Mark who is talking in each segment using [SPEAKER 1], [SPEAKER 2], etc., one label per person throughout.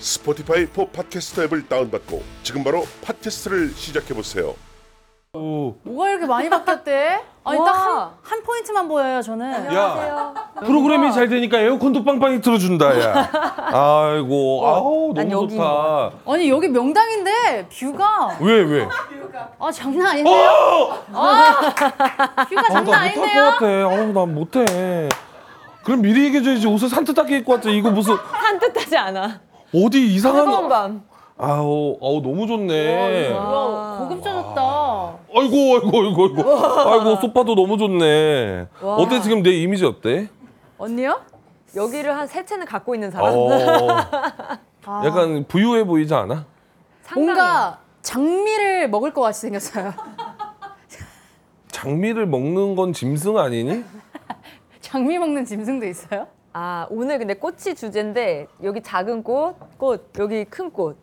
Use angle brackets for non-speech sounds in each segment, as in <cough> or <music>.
[SPEAKER 1] 스포티파이 포 팟캐스터 앱을 다운받고 지금 바로 팟캐스트를 시작해 보세요.
[SPEAKER 2] 뭐가 어, 이렇게 많이
[SPEAKER 3] <laughs>
[SPEAKER 2] 바뀌었대? 아니
[SPEAKER 3] 와.
[SPEAKER 2] 딱 한 포인트만 보여요 저는.
[SPEAKER 4] 야 프로그램이 잘 되니까 에어컨도 빵빵히 틀어준다 야 아이고 아우
[SPEAKER 3] 난
[SPEAKER 4] 너무
[SPEAKER 3] 여기인
[SPEAKER 4] 좋다
[SPEAKER 2] 아니 여기 명당인데 뷰가
[SPEAKER 4] 왜 왜?
[SPEAKER 2] 아 장난
[SPEAKER 3] 어?
[SPEAKER 2] 아닌데요? 아 뷰가 장난
[SPEAKER 4] 어, 나못할 것
[SPEAKER 2] 아닌데요?
[SPEAKER 4] 같아 어우 난 못해 그럼 미리 얘기해줘야지 옷을 산뜻하게 입고 왔지 이거 무슨
[SPEAKER 3] 산뜻하지 않아.
[SPEAKER 4] 어디 이상한
[SPEAKER 5] 뜨거운 밤.
[SPEAKER 4] 아우 아우 너무 좋네
[SPEAKER 2] 와 고급져졌다.
[SPEAKER 4] 아이고 아이고 아이고 아이고 아이고 소파도 너무 좋네 어때 지금 내 이미지 어때?
[SPEAKER 3] 언니요? 여기를 한 세 채는 갖고 있는 사람.
[SPEAKER 4] 어
[SPEAKER 2] 아,
[SPEAKER 4] 약간 부유해 보이지 않아?
[SPEAKER 3] 상당히.
[SPEAKER 2] 뭔가 장미를 먹을 것 같이 생겼어요. <laughs>
[SPEAKER 4] 장미를 먹는 건 짐승 아니니?
[SPEAKER 2] 장미 먹는 짐승도 있어요?
[SPEAKER 3] 아 오늘 근데 꽃이 주제인데 여기 작은 꽃, 꽃 여기 큰 꽃.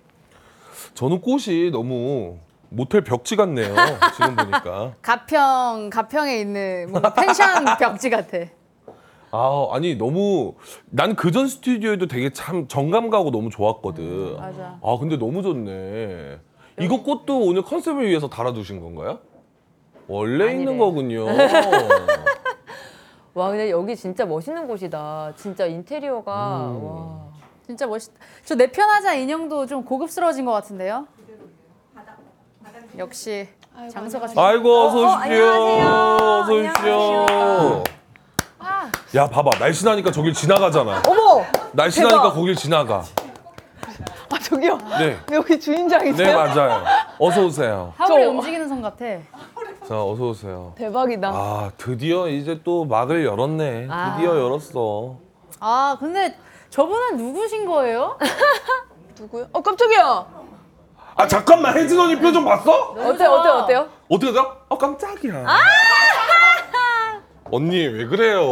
[SPEAKER 4] 저는 꽃이 너무 모텔 벽지 같네요. 지금 보니까.
[SPEAKER 2] 가평 가평에 있는
[SPEAKER 3] <laughs>
[SPEAKER 2] 뭔가 펜션 벽지 같아.
[SPEAKER 4] 아, 아니 너무 난 그전 스튜디오에도 되게 참 정감 가고 너무 좋았거든.
[SPEAKER 2] 맞아.
[SPEAKER 4] 아, 근데 너무 좋네. 이거 꽃도 오늘 컨셉을 위해서 달아두신 건가요? 원래 있는 거군요.
[SPEAKER 3] 와 근데 여기 진짜 멋있는 곳이다. 진짜 인테리어가
[SPEAKER 4] 음.
[SPEAKER 3] 와.
[SPEAKER 2] 진짜 멋있다. 저 내 편하자 인형도 좀 고급스러워진 것 같은데요? 역시 장소가 좋
[SPEAKER 4] 아이고 어서 오십시오. 어서
[SPEAKER 3] 안녕하세요.
[SPEAKER 4] 오십시오. 야, 봐봐. 날씬하니까 저길 지나가잖아.
[SPEAKER 3] <laughs>
[SPEAKER 5] 어머!
[SPEAKER 4] 날씬하니까
[SPEAKER 5] 대박.
[SPEAKER 4] 거길 지나가.
[SPEAKER 5] 아, 저기요.
[SPEAKER 4] 네.
[SPEAKER 5] 여기 주인장이세요?
[SPEAKER 4] 네, 맞아요. 어서 오세요.
[SPEAKER 2] 하울이
[SPEAKER 5] 저-
[SPEAKER 2] 움직이는 성 같아.
[SPEAKER 4] 자, 어서 오세요.
[SPEAKER 5] 대박이다.
[SPEAKER 4] 아 드디어 이제 또 막을 열었네.
[SPEAKER 3] 아.
[SPEAKER 4] 드디어 열었어.
[SPEAKER 2] 아 근데 저분은 누구신 거예요? 아,
[SPEAKER 5] 누구요? 어, 깜짝이야.
[SPEAKER 4] 아 잠깐만 혜진 언니 표정 봤어?
[SPEAKER 3] 어때 어때 어때요?
[SPEAKER 4] 어떻게 돼요? 아 깜짝이야.
[SPEAKER 5] <laughs>
[SPEAKER 4] 언니 왜 그래요?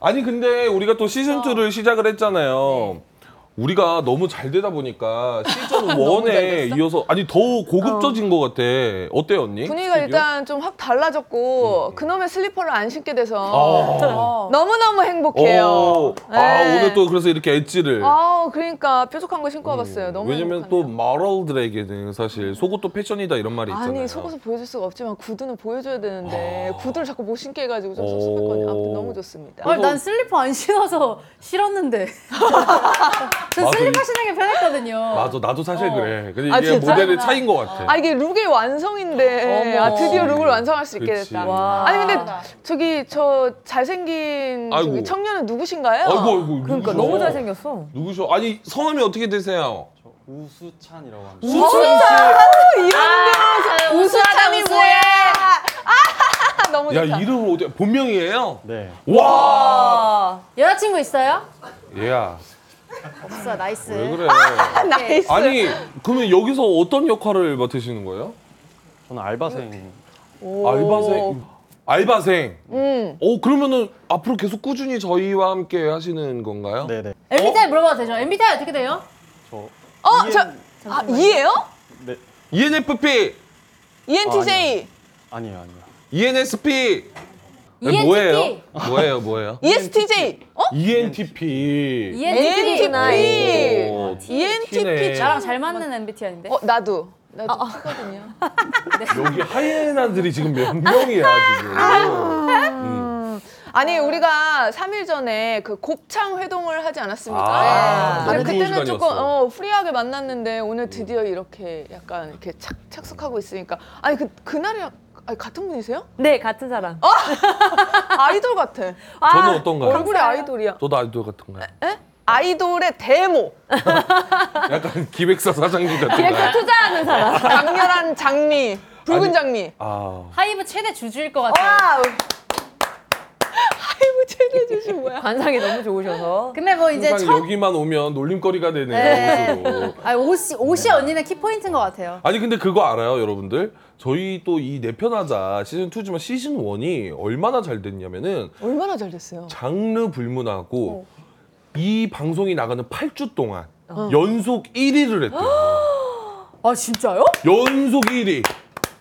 [SPEAKER 4] 아니 근데 우리가 또 시즌
[SPEAKER 5] 어.
[SPEAKER 4] 2를 시작을 했잖아요.
[SPEAKER 5] 네.
[SPEAKER 4] 우리가 너무 잘 되다 보니까
[SPEAKER 5] <laughs>
[SPEAKER 4] 시즌 1에 이어서 아니 더 고급져진 것 같아. 어때요 언니?
[SPEAKER 5] 분위기가
[SPEAKER 4] 스튜디오?
[SPEAKER 5] 일단 좀 확 달라졌고 그놈의 슬리퍼를 안 신게 돼서
[SPEAKER 4] 아,
[SPEAKER 5] 너무너무 행복해요.
[SPEAKER 4] 오. 아
[SPEAKER 5] 네.
[SPEAKER 4] 오늘 또 그래서 이렇게 엣지를.
[SPEAKER 5] 아우, 그러니까 뾰족한 거 신고 와봤어요. 너무
[SPEAKER 4] 음. 왜냐면 또 마럴들에게는 사실 속옷도 패션이다 이런 말이 있잖아요.
[SPEAKER 5] 아니 속옷을 보여줄 수가 없지만 구두는 보여줘야 되는데
[SPEAKER 4] 아.
[SPEAKER 5] 구두를 자꾸 못 신게 해가지고 좀
[SPEAKER 4] 어.
[SPEAKER 5] 섭섭했거든요. 아무튼 너무 좋습니다.
[SPEAKER 2] 아, 난 슬리퍼 안 신어서
[SPEAKER 4] <laughs>
[SPEAKER 2] 싫었는데. 저
[SPEAKER 4] 맞아,
[SPEAKER 2] 슬리퍼
[SPEAKER 4] 이-
[SPEAKER 2] 신는 게 편했거든요.
[SPEAKER 4] 맞아 나도 사실 그래. 근데
[SPEAKER 5] 아,
[SPEAKER 4] 이게
[SPEAKER 5] 진짜?
[SPEAKER 4] 모델의 차이인 것 같아.
[SPEAKER 5] 아 이게 룩의 완성인데
[SPEAKER 2] 어머.
[SPEAKER 5] 아, 드디어 룩을 완성할 수 있게
[SPEAKER 4] 그치.
[SPEAKER 5] 됐다.
[SPEAKER 3] 와.
[SPEAKER 5] 아니 근데 저기 저 잘생긴 저기
[SPEAKER 4] 아이고.
[SPEAKER 5] 청년은 누구신가요?
[SPEAKER 4] 아이고 아이고.
[SPEAKER 3] 그러니까
[SPEAKER 4] 누구셔?
[SPEAKER 3] 너무 잘생겼어.
[SPEAKER 4] 누구셔? 아니 성함이 어떻게 되세요?
[SPEAKER 6] 우수찬이라고 합니다.
[SPEAKER 4] 수찬 씨.
[SPEAKER 5] 우수함이 뭐야? 예. 아, <laughs> 너무
[SPEAKER 4] 야
[SPEAKER 5] 좋다.
[SPEAKER 4] 이름 어디? 본명이에요?
[SPEAKER 6] 네.
[SPEAKER 4] 와.
[SPEAKER 2] 여자친구 있어요?
[SPEAKER 4] 얘야
[SPEAKER 2] 없어, 나이스.
[SPEAKER 4] 왜 그래?
[SPEAKER 5] 아, 나이스.
[SPEAKER 4] 아니 그러면 여기서 어떤 역할을 맡으시는 거예요?
[SPEAKER 6] 저는 알바생.
[SPEAKER 4] 알바생. 알바생.
[SPEAKER 5] 음.
[SPEAKER 4] 어 그러면은 앞으로 계속 꾸준히 저희와 함께 하시는 건가요?
[SPEAKER 6] 네네.
[SPEAKER 2] MBTI 물어봐도 되죠? MBTI 어떻게 돼요?
[SPEAKER 6] 저.
[SPEAKER 5] 어,
[SPEAKER 6] EN
[SPEAKER 5] 저 아, 이예요?
[SPEAKER 6] 네.
[SPEAKER 4] ENFP,
[SPEAKER 5] ENTJ.
[SPEAKER 6] 아니에요, 아니에요.
[SPEAKER 4] ENSP.
[SPEAKER 2] ENTP.
[SPEAKER 4] 네, 뭐예요? 뭐예요? 뭐예요?
[SPEAKER 5] ESTJ. 어?
[SPEAKER 4] ENTP.
[SPEAKER 2] ENTP.
[SPEAKER 5] ENTP.
[SPEAKER 4] 오,
[SPEAKER 5] ENTP.
[SPEAKER 4] 티네.
[SPEAKER 2] 나랑 잘 맞는 MBTI인데.
[SPEAKER 5] 어, 나도.
[SPEAKER 2] 아.
[SPEAKER 5] 나도 똑같거든요.
[SPEAKER 4] 여기 하이에나들이 지금 몇 명이야 지금.
[SPEAKER 2] 아.
[SPEAKER 4] 음.
[SPEAKER 5] 아니 우리가 3일 전에 그 곱창 회동을 하지 않았습니까?
[SPEAKER 4] 아,
[SPEAKER 5] 근데
[SPEAKER 4] 너무 좋은
[SPEAKER 5] 그때는
[SPEAKER 4] 시간이었어. 음.
[SPEAKER 5] 조금 어, 프리하게 만났는데 오늘 드디어 이렇게 약간 이렇게 착, 착석하고 있으니까 아니 그 그날이 약- 아니, 같은 분이세요?
[SPEAKER 3] 네 같은 사람.
[SPEAKER 5] 어. 아이돌 같아.
[SPEAKER 4] 저는 어떤가요?
[SPEAKER 5] 얼굴이 아이돌이야.
[SPEAKER 4] 저도 아이돌 같은가요?
[SPEAKER 5] 아이돌의 데모.
[SPEAKER 4] 약간 기획사 사장님 같은가요?
[SPEAKER 3] 투자하는 사람.
[SPEAKER 5] 강렬한 장미, 붉은 장미.
[SPEAKER 4] 아,
[SPEAKER 5] 아, 네.
[SPEAKER 2] 하이브 최대 주주일 것 같아요.
[SPEAKER 5] 와우. 칭찬해 주신 거야.
[SPEAKER 3] 관상이 너무 좋으셔서.
[SPEAKER 2] 근데 뭐 이제
[SPEAKER 4] 항상
[SPEAKER 2] 첫
[SPEAKER 4] 여기만 오면 놀림거리가 되네요.
[SPEAKER 2] 네.
[SPEAKER 4] 옷으로.
[SPEAKER 2] 아, 옷이 옷이
[SPEAKER 4] 네.
[SPEAKER 2] 언니는 키포인트인 것 같아요.
[SPEAKER 4] 아니 근데 그거 알아요, 여러분들? 저희 또 이 내편하자 시즌 2지만 시즌 1이 얼마나 잘 됐냐면은
[SPEAKER 5] <laughs> 얼마나 잘 됐어요.
[SPEAKER 4] 장르 불문하고 이 방송이 나가는 8주 동안 연속 1위를 했대요.
[SPEAKER 2] 아 진짜요?
[SPEAKER 4] 연속 1위.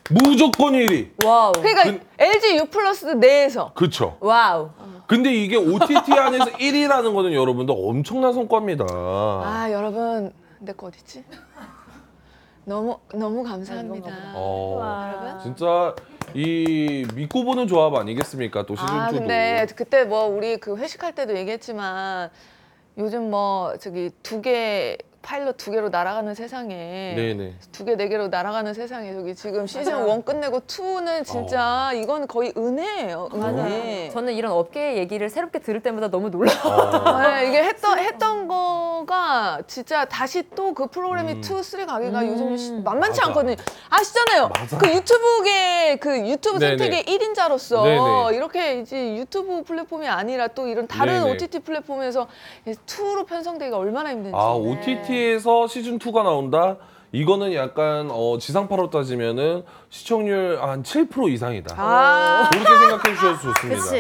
[SPEAKER 4] 무조건 1위.
[SPEAKER 3] 와우.
[SPEAKER 5] 그러니까 LG U 플러스 내에서
[SPEAKER 4] 그쵸.
[SPEAKER 3] 와우.
[SPEAKER 4] 근데 이게 OTT 안에서 1위라는 거는 여러분들 엄청난 성과입니다.
[SPEAKER 5] 아 여러분 내 거 어딨지? 너무 너무 감사합니다.
[SPEAKER 4] 어, 진짜 이 믿고 보는 조합 아니겠습니까? 또 시즌 2도.
[SPEAKER 5] 아 근데 그때 뭐 우리 그 회식할 때도 얘기했지만 요즘 뭐 저기 두 개 파일럿 두 개로 날아가는 세상에
[SPEAKER 4] 네네.
[SPEAKER 5] 두 개 네 개로 날아가는 세상에 저기 지금 시즌 원 끝내고 투는 진짜
[SPEAKER 4] 어.
[SPEAKER 5] 이건 거의 은혜예요. 은혜.
[SPEAKER 3] 저는 이런 업계 얘기를 새롭게 들을 때마다 너무 놀라요.
[SPEAKER 4] 어.
[SPEAKER 5] 네, 이게 했던 했던 거가 진짜 다시 또 그 프로그램이
[SPEAKER 4] 음.
[SPEAKER 5] 2, 3 가기가
[SPEAKER 3] 음.
[SPEAKER 5] 요즘 시- 만만치
[SPEAKER 4] 맞아.
[SPEAKER 5] 않거든요. 아시잖아요.
[SPEAKER 4] 맞아.
[SPEAKER 5] 그 유튜브계 그 유튜브
[SPEAKER 4] 네네.
[SPEAKER 5] 선택의 1인자로서
[SPEAKER 4] 네네.
[SPEAKER 5] 이렇게 이제 유튜브 플랫폼이 아니라 또 이런 다른
[SPEAKER 4] 네네.
[SPEAKER 5] OTT 플랫폼에서 2로 편성되기가 얼마나 힘든지.
[SPEAKER 4] 아 OTT에서 시즌 2가 나온다. 이거는 약간 어, 지상파로 따지면은 시청률 한 7% 이상이다.
[SPEAKER 5] 아.
[SPEAKER 4] 그렇게 생각해 주셔도 좋습니다.
[SPEAKER 2] 그치.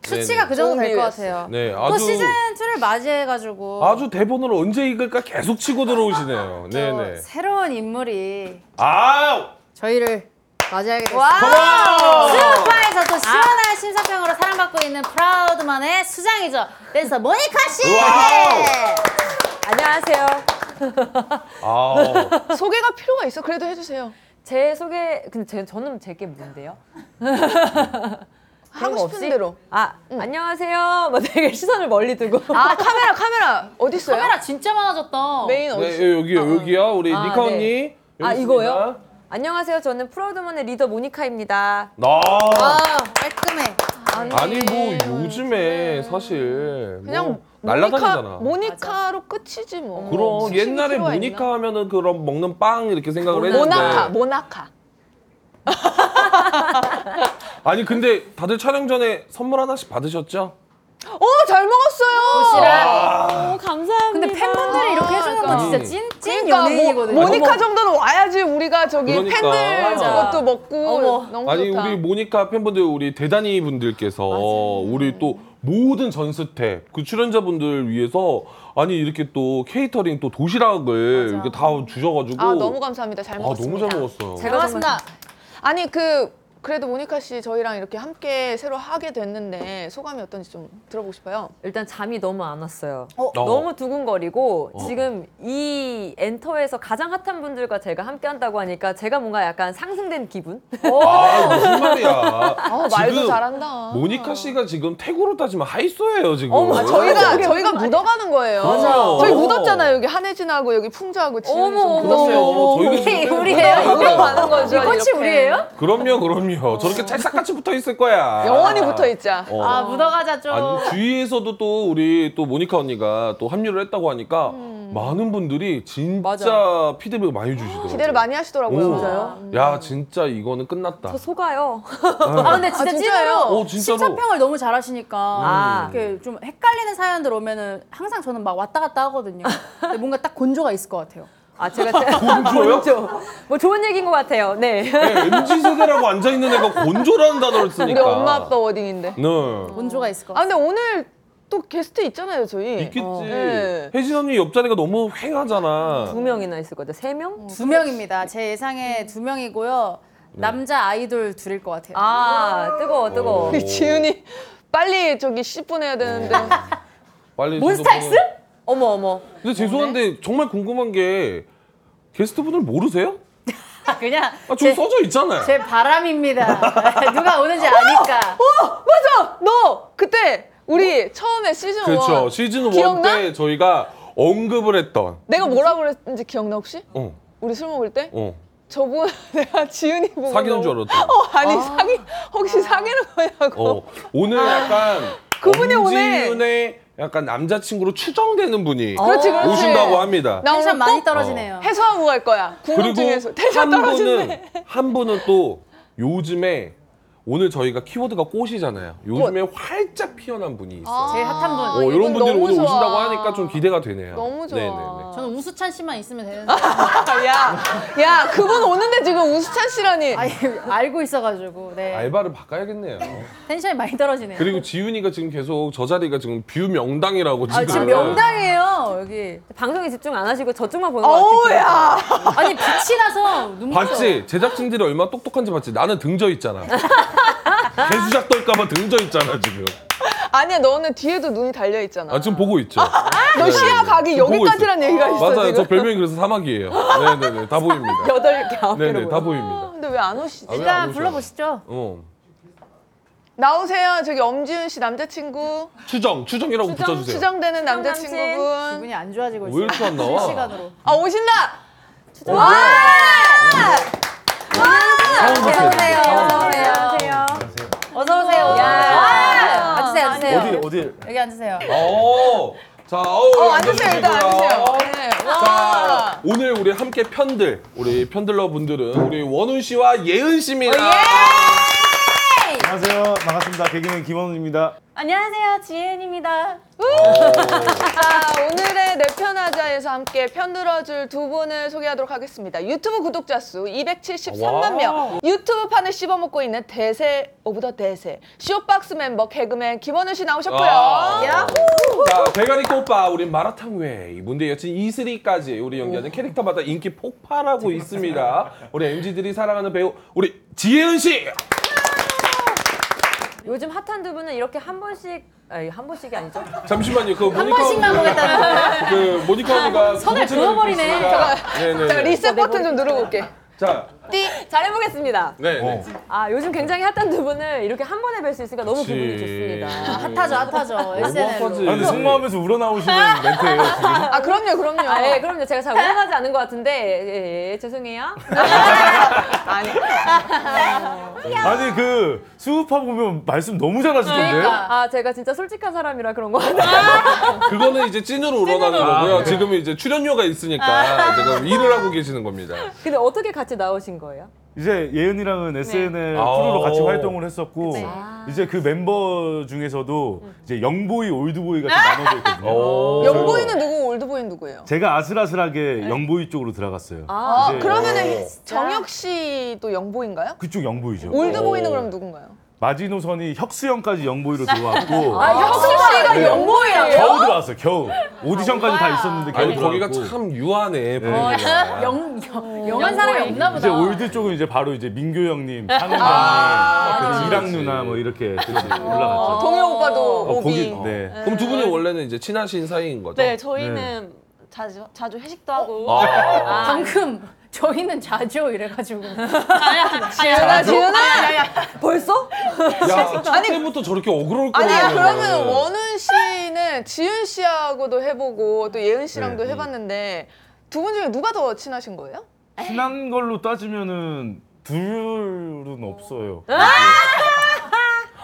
[SPEAKER 4] 네네.
[SPEAKER 2] 수치가 그 정도 될 것
[SPEAKER 5] 좋은
[SPEAKER 2] 같아요.
[SPEAKER 4] 네,
[SPEAKER 2] 또
[SPEAKER 4] 아주
[SPEAKER 2] 시즌 2를 맞이해가지고
[SPEAKER 4] 아주 대본을 언제 읽을까 계속 치고 들어오시네요.
[SPEAKER 2] 또
[SPEAKER 4] 네네.
[SPEAKER 2] 새로운 인물이
[SPEAKER 4] 아우.
[SPEAKER 2] 저희를 맞이하게 됐습니다.
[SPEAKER 4] 고마워!
[SPEAKER 7] 수요파에서 또 아. 시원한 심사평으로 사랑받고 있는 프라우드만의 수장이죠. 댄서 모니카 씨.
[SPEAKER 4] 와우!
[SPEAKER 3] 안녕하세요.
[SPEAKER 4] 아우.
[SPEAKER 5] 소개가 필요가 있어. 그래도 해주세요.
[SPEAKER 3] 제 소개 근데 제, 저는 제게 뭔데요?
[SPEAKER 5] <laughs>
[SPEAKER 3] 그런
[SPEAKER 5] 하고
[SPEAKER 3] 거
[SPEAKER 5] 싶은 대로.
[SPEAKER 3] 아 안녕하세요. 뭐 되게 시선을 멀리 두고.
[SPEAKER 5] 아 카메라 카메라 어디 있어요?
[SPEAKER 7] 카메라 진짜 많아졌다.
[SPEAKER 5] 메인 어디 있어요?
[SPEAKER 4] 네, 여기 여기야. 우리
[SPEAKER 3] 아,
[SPEAKER 4] 니카
[SPEAKER 3] 네.
[SPEAKER 4] 언니. 여기
[SPEAKER 3] 아,
[SPEAKER 4] 있습니다.
[SPEAKER 3] 이거요? 안녕하세요. 저는 프라우드먼의 리더 모니카입니다.
[SPEAKER 4] 나.
[SPEAKER 2] 아, 깔끔해.
[SPEAKER 4] 아니 뭐 요즘에 사실
[SPEAKER 5] 네. 그냥
[SPEAKER 4] 뭐 날라다니잖아.
[SPEAKER 5] 모니카, 로 끝이지 뭐.
[SPEAKER 4] 그럼
[SPEAKER 5] 수식이
[SPEAKER 4] 옛날에
[SPEAKER 5] 필요가
[SPEAKER 4] 모니카
[SPEAKER 5] 있나?
[SPEAKER 4] 하면은 그런 먹는 빵 이렇게
[SPEAKER 3] 어,
[SPEAKER 4] 생각을 했는데
[SPEAKER 5] 모나카 모나카.
[SPEAKER 4] 아니 근데 다들 촬영 전에 선물 하나씩 받으셨죠?
[SPEAKER 5] 어잘 먹었어요.
[SPEAKER 3] 오, 감사합니다.
[SPEAKER 2] 근데 팬분들이 이렇게 해주는 건 진짜
[SPEAKER 4] 음.
[SPEAKER 2] 찐찐
[SPEAKER 5] 그러니까
[SPEAKER 3] 네,
[SPEAKER 5] 모,
[SPEAKER 2] 연예인이거든요.
[SPEAKER 5] 모니카 정도는 와야지 우리가 저기
[SPEAKER 4] 그러니까.
[SPEAKER 5] 팬들
[SPEAKER 4] 맞아.
[SPEAKER 5] 것도 먹고 너무
[SPEAKER 4] 아니
[SPEAKER 5] 좋다.
[SPEAKER 4] 우리 모니카 팬분들 우리 대단히 분들께서 우리 또 모든 전 스텝 그 출연자분들 위해서 아니 이렇게 또 케이터링 또 도시락을 이렇게 다 주셔가지고
[SPEAKER 5] 아 너무 감사합니다. 잘
[SPEAKER 4] 아,
[SPEAKER 5] 먹었습니다.
[SPEAKER 4] 너무 잘 먹었어요.
[SPEAKER 3] 제가
[SPEAKER 7] 반갑습니다.
[SPEAKER 5] 아니 그 그래도 모니카 씨 저희랑 이렇게 함께 새로 하게 됐는데 소감이 어떤지 좀 들어보고 싶어요.
[SPEAKER 3] 일단 잠이 너무 안 왔어요.
[SPEAKER 4] 어.
[SPEAKER 3] 너무 두근거리고 지금 이 엔터에서 가장 핫한 분들과 제가 함께한다고 하니까 제가 뭔가 약간 상승된
[SPEAKER 2] <laughs>
[SPEAKER 3] 기분?
[SPEAKER 4] 아 무슨 말이야?
[SPEAKER 5] 어, 말도
[SPEAKER 4] 아, 지금
[SPEAKER 5] 잘한다.
[SPEAKER 4] 모니카 씨가 지금 태고로 따지면 하이소예요 지금.
[SPEAKER 3] 어머,
[SPEAKER 5] 아, 저희가
[SPEAKER 3] 그러게,
[SPEAKER 5] 저희가 묻어가는 거예요.
[SPEAKER 4] 맞아요.
[SPEAKER 5] 저희 묻었잖아요. 여기 한혜진하고 여기 풍자하고 지금
[SPEAKER 3] 어머,
[SPEAKER 4] 그럼요. 저희가
[SPEAKER 3] 우리,
[SPEAKER 4] 지금
[SPEAKER 3] 우리예요?
[SPEAKER 5] 묻어가는 거죠.
[SPEAKER 3] 이 꽃이
[SPEAKER 5] 아, 이렇게.
[SPEAKER 2] 어.
[SPEAKER 3] 우리예요?
[SPEAKER 4] 그럼요, 그럼요. 저렇게 찰싹같이 붙어 있을 거야.
[SPEAKER 5] 영원히 붙어 있자.
[SPEAKER 4] 어.
[SPEAKER 7] 아 묻어가자 좀.
[SPEAKER 4] 아니 주위에서도 또 우리 또 모니카 언니가 또 합류를 했다고 하니까 많은 분들이 진짜
[SPEAKER 3] 맞아.
[SPEAKER 4] 피드백 많이 주시더라고요.
[SPEAKER 5] 기대를 많이 하시더라고요.
[SPEAKER 4] 오. 아. 야 진짜 이거는 끝났다. 네.
[SPEAKER 3] 저 속아요.
[SPEAKER 2] <laughs> 아 근데 진짜
[SPEAKER 5] 아, 진짜요?
[SPEAKER 2] 찐으로
[SPEAKER 4] 어, 진짜로. 음.
[SPEAKER 2] 시차평을 너무 잘하시니까
[SPEAKER 3] 아.
[SPEAKER 2] 이렇게 좀 헷갈리는 사연들 오면은 항상 저는 막 왔다 갔다 하거든요. 근데 뭔가 딱 곤조가 있을 것 같아요.
[SPEAKER 3] 아 제가 곤조요? 뭐 좋은 얘기인 것 같아요. 네.
[SPEAKER 4] 네, MZ 세대라고 앉아 있는 애가 곤조라는 단어를
[SPEAKER 5] 우리
[SPEAKER 4] 쓰니까.
[SPEAKER 5] 엄마 아빠 워딩인데.
[SPEAKER 4] 네.
[SPEAKER 2] 곤조가 있을 것
[SPEAKER 5] 아
[SPEAKER 2] 같아요.
[SPEAKER 5] 근데 오늘 또 게스트 있잖아요 저희.
[SPEAKER 4] 있겠지.
[SPEAKER 5] 네.
[SPEAKER 4] 혜진 언니 옆자리가 너무 휑하잖아.
[SPEAKER 3] 두 명이나 있을 거죠. 세 명?
[SPEAKER 2] 두 명입니다. 제 예상에 두 명이고요.
[SPEAKER 4] 네.
[SPEAKER 2] 남자 아이돌 둘일 것 같아요.
[SPEAKER 3] 아 뜨거워
[SPEAKER 5] 어.
[SPEAKER 3] 뜨거워.
[SPEAKER 4] 오.
[SPEAKER 5] 지윤이 빨리 저기 10분 해야 되는데.
[SPEAKER 4] 빨리
[SPEAKER 3] 몬스타엑스?
[SPEAKER 4] 저도 보는-
[SPEAKER 3] 어머 어머.
[SPEAKER 4] 근데 죄송한데 정말 궁금한 게 게스트분을 모르세요?
[SPEAKER 2] 그냥
[SPEAKER 4] 아, 저기
[SPEAKER 2] 제,
[SPEAKER 4] 써져 있잖아요.
[SPEAKER 2] 제 바람입니다. <laughs> 누가 오는지 아니까.
[SPEAKER 5] 맞아. 너 그때 우리 처음에 시즌 1
[SPEAKER 4] 뭐? 그렇죠. 시즌
[SPEAKER 5] 어. 기억나?
[SPEAKER 4] 1때 저희가 언급을 했던.
[SPEAKER 5] 내가 뭐라 그랬는지 기억나 혹시?
[SPEAKER 4] 어,
[SPEAKER 5] 우리 술 먹을 때?
[SPEAKER 4] 어.
[SPEAKER 5] 저분 <laughs> 내가 지윤이 보고
[SPEAKER 4] 사귀는
[SPEAKER 5] 너무-
[SPEAKER 4] 줄 알았던.
[SPEAKER 5] 어 아니 아. 사귀 혹시 사귀는 거냐고.
[SPEAKER 4] 어. 오늘 약간
[SPEAKER 5] 그분이 오네.
[SPEAKER 4] 엄지윤의 약간 남자친구로 추정되는 분이
[SPEAKER 5] 그렇지 그렇지.
[SPEAKER 4] 어, 오신다고 합니다.
[SPEAKER 5] 나 오늘
[SPEAKER 2] 텐션 많이
[SPEAKER 5] 많이
[SPEAKER 2] 떨어지네요.
[SPEAKER 5] 해소하고 갈 거야.
[SPEAKER 4] 그리고
[SPEAKER 5] 궁금증에서 텐션
[SPEAKER 4] 한
[SPEAKER 5] 떨어지네.
[SPEAKER 4] 분은 한 분은 또 요즘에 오늘 저희가 키워드가 꽃이잖아요. 요즘에 활짝 피어난 분이 있어요.
[SPEAKER 2] 제일 핫한 분.
[SPEAKER 4] 어,
[SPEAKER 5] 이건
[SPEAKER 4] 이런 분들이
[SPEAKER 5] 너무
[SPEAKER 4] 오늘
[SPEAKER 5] 좋아.
[SPEAKER 4] 오신다고 하니까 좀 기대가 되네요.
[SPEAKER 5] 너무 좋아.
[SPEAKER 3] 어.
[SPEAKER 2] 저는 우수찬 씨만 있으면 되는데
[SPEAKER 5] 야, 야, 그분 오는데 지금 우수찬 씨라니.
[SPEAKER 2] 아예 알고 있어가지고 네
[SPEAKER 4] 알바를 바꿔야겠네요.
[SPEAKER 2] 텐션이 많이 떨어지네요.
[SPEAKER 4] 그리고 지훈이가 지금 계속 저 자리가 지금 뷰 명당이라고 지금.
[SPEAKER 2] 아 지금 명당이에요 여기.
[SPEAKER 3] 방송에 집중 안 하시고 저쪽만 보는 것 같아요.
[SPEAKER 5] 어우야.
[SPEAKER 2] <laughs> 아니 빛이 나서 눈물.
[SPEAKER 4] 봤지? 제작진들이 얼마나 똑똑한지 봤지? 나는 등져 있잖아. 개수작 떨까봐 등져 있잖아 지금.
[SPEAKER 5] 아니야, 너는 뒤에도 눈이 달려 있잖아.
[SPEAKER 4] 아 지금 보고 있죠.
[SPEAKER 5] 너 시야 각이
[SPEAKER 4] 지금 보고
[SPEAKER 5] 여기까지란
[SPEAKER 4] 있어요.
[SPEAKER 5] 얘기가 있어.
[SPEAKER 4] 맞아요.
[SPEAKER 5] 지금.
[SPEAKER 4] 저 별명이 그래서 사막이에요. 네네네 다 보입니다.
[SPEAKER 3] 여덟 개 아홉 개로
[SPEAKER 4] 네네 다
[SPEAKER 3] 보여요.
[SPEAKER 4] 보입니다.
[SPEAKER 5] 근데 왜 안 오시지?
[SPEAKER 4] 아, 왜안
[SPEAKER 2] 일단
[SPEAKER 4] 오셔요?
[SPEAKER 2] 불러보시죠.
[SPEAKER 4] 어.
[SPEAKER 5] 나오세요. 저기 엄지윤 씨 남자친구.
[SPEAKER 4] 추정 추정이라고
[SPEAKER 5] 추정,
[SPEAKER 4] 붙여주세요.
[SPEAKER 5] 추정되는 남자친구분.
[SPEAKER 2] 기분이 안 좋아지고
[SPEAKER 4] 왜
[SPEAKER 2] 있어요.
[SPEAKER 4] 이렇게 안 나와?
[SPEAKER 2] 그 실시간으로.
[SPEAKER 5] 아, 오신다!
[SPEAKER 2] 아,
[SPEAKER 3] 어서 오세요. 네, 어서 오세요.
[SPEAKER 7] 안녕하세요.
[SPEAKER 2] 어서 오세요.
[SPEAKER 3] 야.
[SPEAKER 5] 아.
[SPEAKER 2] 앉으세요, 앉으세요.
[SPEAKER 6] 어디 어디
[SPEAKER 2] 여기 앉으세요.
[SPEAKER 4] 어. 자, 어우,
[SPEAKER 5] 어, 앉으세요, 일단 앉으세요. 네. 와.
[SPEAKER 4] 자, 오늘 우리 함께 편들, 우리 편들러 분들은 우리 원훈 씨와 예은 씨입니다.
[SPEAKER 2] 어,
[SPEAKER 6] 안녕하세요 반갑습니다 개그맨 김원훈입니다
[SPEAKER 7] 안녕하세요. 지혜은입니다.
[SPEAKER 5] 자, 오늘의 내 편하자에서 함께 편들어줄 두 분을 소개하도록 하겠습니다. 유튜브 구독자 수 273만 명, 유튜브 판을 씹어먹고 있는 대세 오브 더 대세, 쇼박스 멤버 개그맨 김원우 씨
[SPEAKER 4] 아.
[SPEAKER 5] 나오셨고요. 야호!
[SPEAKER 4] 자, 대가리 꽃바, 우리 마라탕 웨이, 문대 여친 이슬이까지 우리 연기하는 캐릭터마다 인기 폭발하고 있습니다. 우리 MG들이 사랑하는 배우, 우리 지혜은 씨!
[SPEAKER 3] <laughs> 요즘 핫한 두 분은 이렇게 한 번씩 아니 한 번씩이 아니죠?
[SPEAKER 4] 잠시만요, 그 모니카.
[SPEAKER 3] 아,
[SPEAKER 2] 한번씩만
[SPEAKER 3] 뭐
[SPEAKER 2] 보겠다는
[SPEAKER 4] 그 모니카 언니가
[SPEAKER 2] 선을
[SPEAKER 4] 구독자를
[SPEAKER 2] 그어버리네.
[SPEAKER 4] 해주고 있습니다.
[SPEAKER 5] 제가
[SPEAKER 4] 네네네.
[SPEAKER 5] 리셋 버튼 좀 누르고 올게.
[SPEAKER 4] 자, 어.
[SPEAKER 3] 띠! 잘 해보겠습니다.
[SPEAKER 4] 네네.
[SPEAKER 3] 아 요즘 굉장히 핫한 두 분을 이렇게 한 번에 뵐 수 있으니까 너무
[SPEAKER 4] 그치.
[SPEAKER 3] 기분이 좋습니다.
[SPEAKER 2] 핫하죠,
[SPEAKER 4] 뭐
[SPEAKER 2] 핫하죠. SNL로.
[SPEAKER 6] 아, 근데
[SPEAKER 5] <laughs>
[SPEAKER 6] 속마음에서 우러나오시는 멘트예요 지금
[SPEAKER 5] 아, 그럼요, 그럼요.
[SPEAKER 3] 아, 예, 그럼요. 제가 잘 올라가지 않은 것 같은데, 예, 예, 죄송해요.
[SPEAKER 5] 아니,
[SPEAKER 6] 아니 그 수우파 보면 말씀 너무 잘하시던데
[SPEAKER 5] 그러니까.
[SPEAKER 3] 아, 제가 진짜 솔직한 사람이라 그런 것 같아요.
[SPEAKER 4] 그거는 이제 찐으로 우러나는 거고요. 지금은 이제 출연료가 있으니까 지금 일을 하고 계시는 겁니다.
[SPEAKER 3] 근데 어떻게 같이 나오신 거예요?
[SPEAKER 6] 이제 예은이랑은
[SPEAKER 5] 네.
[SPEAKER 6] SNL
[SPEAKER 4] 아.
[SPEAKER 6] 프로로 같이 활동을 했었고
[SPEAKER 3] 그치.
[SPEAKER 6] 이제 그 멤버 중에서도 이제 영보이 올드보이 같이 나눠져 있거든요
[SPEAKER 4] 오.
[SPEAKER 5] 음. 아. 영보이는 누구고 올드보이는 누구예요?
[SPEAKER 6] 제가 아슬아슬하게 영보이 쪽으로 들어갔어요
[SPEAKER 3] 아,
[SPEAKER 5] 아,
[SPEAKER 6] 이제
[SPEAKER 5] 그러면은 정혁 씨도 영보인가요?
[SPEAKER 6] 그쪽 영보이죠
[SPEAKER 5] 올드보이는 그럼 누군가요?
[SPEAKER 6] 마지노선이
[SPEAKER 5] <laughs>
[SPEAKER 6] 혁수형까지 영보이로
[SPEAKER 5] 아,
[SPEAKER 6] 들어왔고
[SPEAKER 3] 아,
[SPEAKER 8] 아,
[SPEAKER 5] 혁수 씨가 영보예요?
[SPEAKER 6] 겨우 들어왔어요 겨우 오디션까지 다 있었는데 겨우
[SPEAKER 4] 아니 네. 거기가
[SPEAKER 6] 들어갔고
[SPEAKER 4] 참 유한해 분위기가.
[SPEAKER 2] 영, 영, 영한 사람이 없나 보다.
[SPEAKER 6] 이제 올드 쪽은 이제 바로 이제 민교 형님, 상우 형님,
[SPEAKER 4] 아, 그렇지,
[SPEAKER 6] 이랑
[SPEAKER 4] 그렇지.
[SPEAKER 6] 누나 뭐 이렇게 올라갔죠.
[SPEAKER 5] 동혁 오빠도
[SPEAKER 6] 아. 어,
[SPEAKER 5] 오비.
[SPEAKER 6] 거기 네.
[SPEAKER 4] 그럼 두 분이 원래는 이제 친하신 사이인 거죠?
[SPEAKER 8] 네, 저희는 자주 자주 회식도 하고.
[SPEAKER 4] 아.
[SPEAKER 2] 방금 저희는 자주 이래가지고.
[SPEAKER 5] 지은아, 지은아!
[SPEAKER 3] 벌써?
[SPEAKER 4] 야, 첫 때부터 저렇게 어그러울 거예요.
[SPEAKER 5] 아니 그러면
[SPEAKER 4] 네.
[SPEAKER 5] 뭐. 원은 씨는 지은 씨하고도 해보고 또 예은 씨랑도
[SPEAKER 6] 네.
[SPEAKER 5] 해봤는데 두 분 중에 누가 더 친하신 거예요?
[SPEAKER 6] 친한 걸로 따지면은 둘은 없어요.
[SPEAKER 4] 아!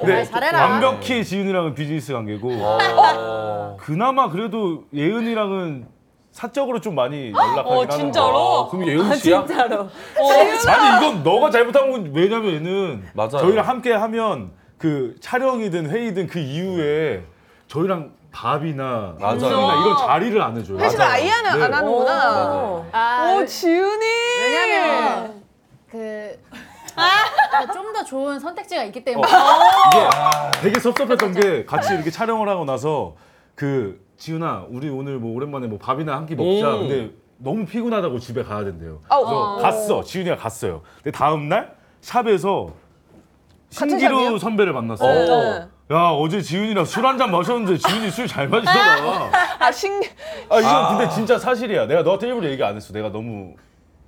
[SPEAKER 6] 네.
[SPEAKER 2] 말 잘해라.
[SPEAKER 6] 완벽히 지은이랑은 비즈니스 관계고
[SPEAKER 4] 아. 어.
[SPEAKER 6] 그나마 그래도 예은이랑은 사적으로 좀 많이
[SPEAKER 4] 어,
[SPEAKER 6] 연락하긴 하는 거.
[SPEAKER 4] 아, 그럼 예은 씨야?
[SPEAKER 3] 진짜로.
[SPEAKER 6] 아니 이건 너가 잘못한 건 왜냐면 얘는
[SPEAKER 4] 맞아요.
[SPEAKER 6] 저희랑 함께 하면 그 촬영이든 회의든 그 이후에 저희랑 밥이나
[SPEAKER 4] 맞아요.
[SPEAKER 6] 인사나 이런 자리를 안 해줘요. 네.
[SPEAKER 5] 회식을 아예 안, 안 하는구나.
[SPEAKER 3] 어.
[SPEAKER 2] 아,
[SPEAKER 5] 오 지은이.
[SPEAKER 3] 네.
[SPEAKER 2] 왜냐면, 그. 아, 좀 더 좋은 선택지가 있기 때문에.
[SPEAKER 6] 이게
[SPEAKER 5] 아.
[SPEAKER 6] 되게 섭섭했던 게 같이 이렇게 촬영을 하고 나서 그 지훈아 우리 오늘 뭐 오랜만에 뭐 밥이나 한 끼 먹자.
[SPEAKER 4] 음.
[SPEAKER 6] 근데 너무 피곤하다고 집에 가야 된대요.
[SPEAKER 5] 아,
[SPEAKER 6] 그래서
[SPEAKER 5] 어.
[SPEAKER 6] 갔어. 지훈이가 갔어요. 근데 다음 날 샵에서
[SPEAKER 5] 같은 샵이에요?
[SPEAKER 6] 신기루 선배를 만났어요.
[SPEAKER 5] 네.
[SPEAKER 6] 야 어제 지훈이랑 술 한 잔 마셨는데 지훈이 술 잘 마시더라.
[SPEAKER 5] <laughs> 아 신.
[SPEAKER 6] 아 이건 근데 진짜 사실이야. 내가 너한테 일부러 얘기 안 했어. 내가 너무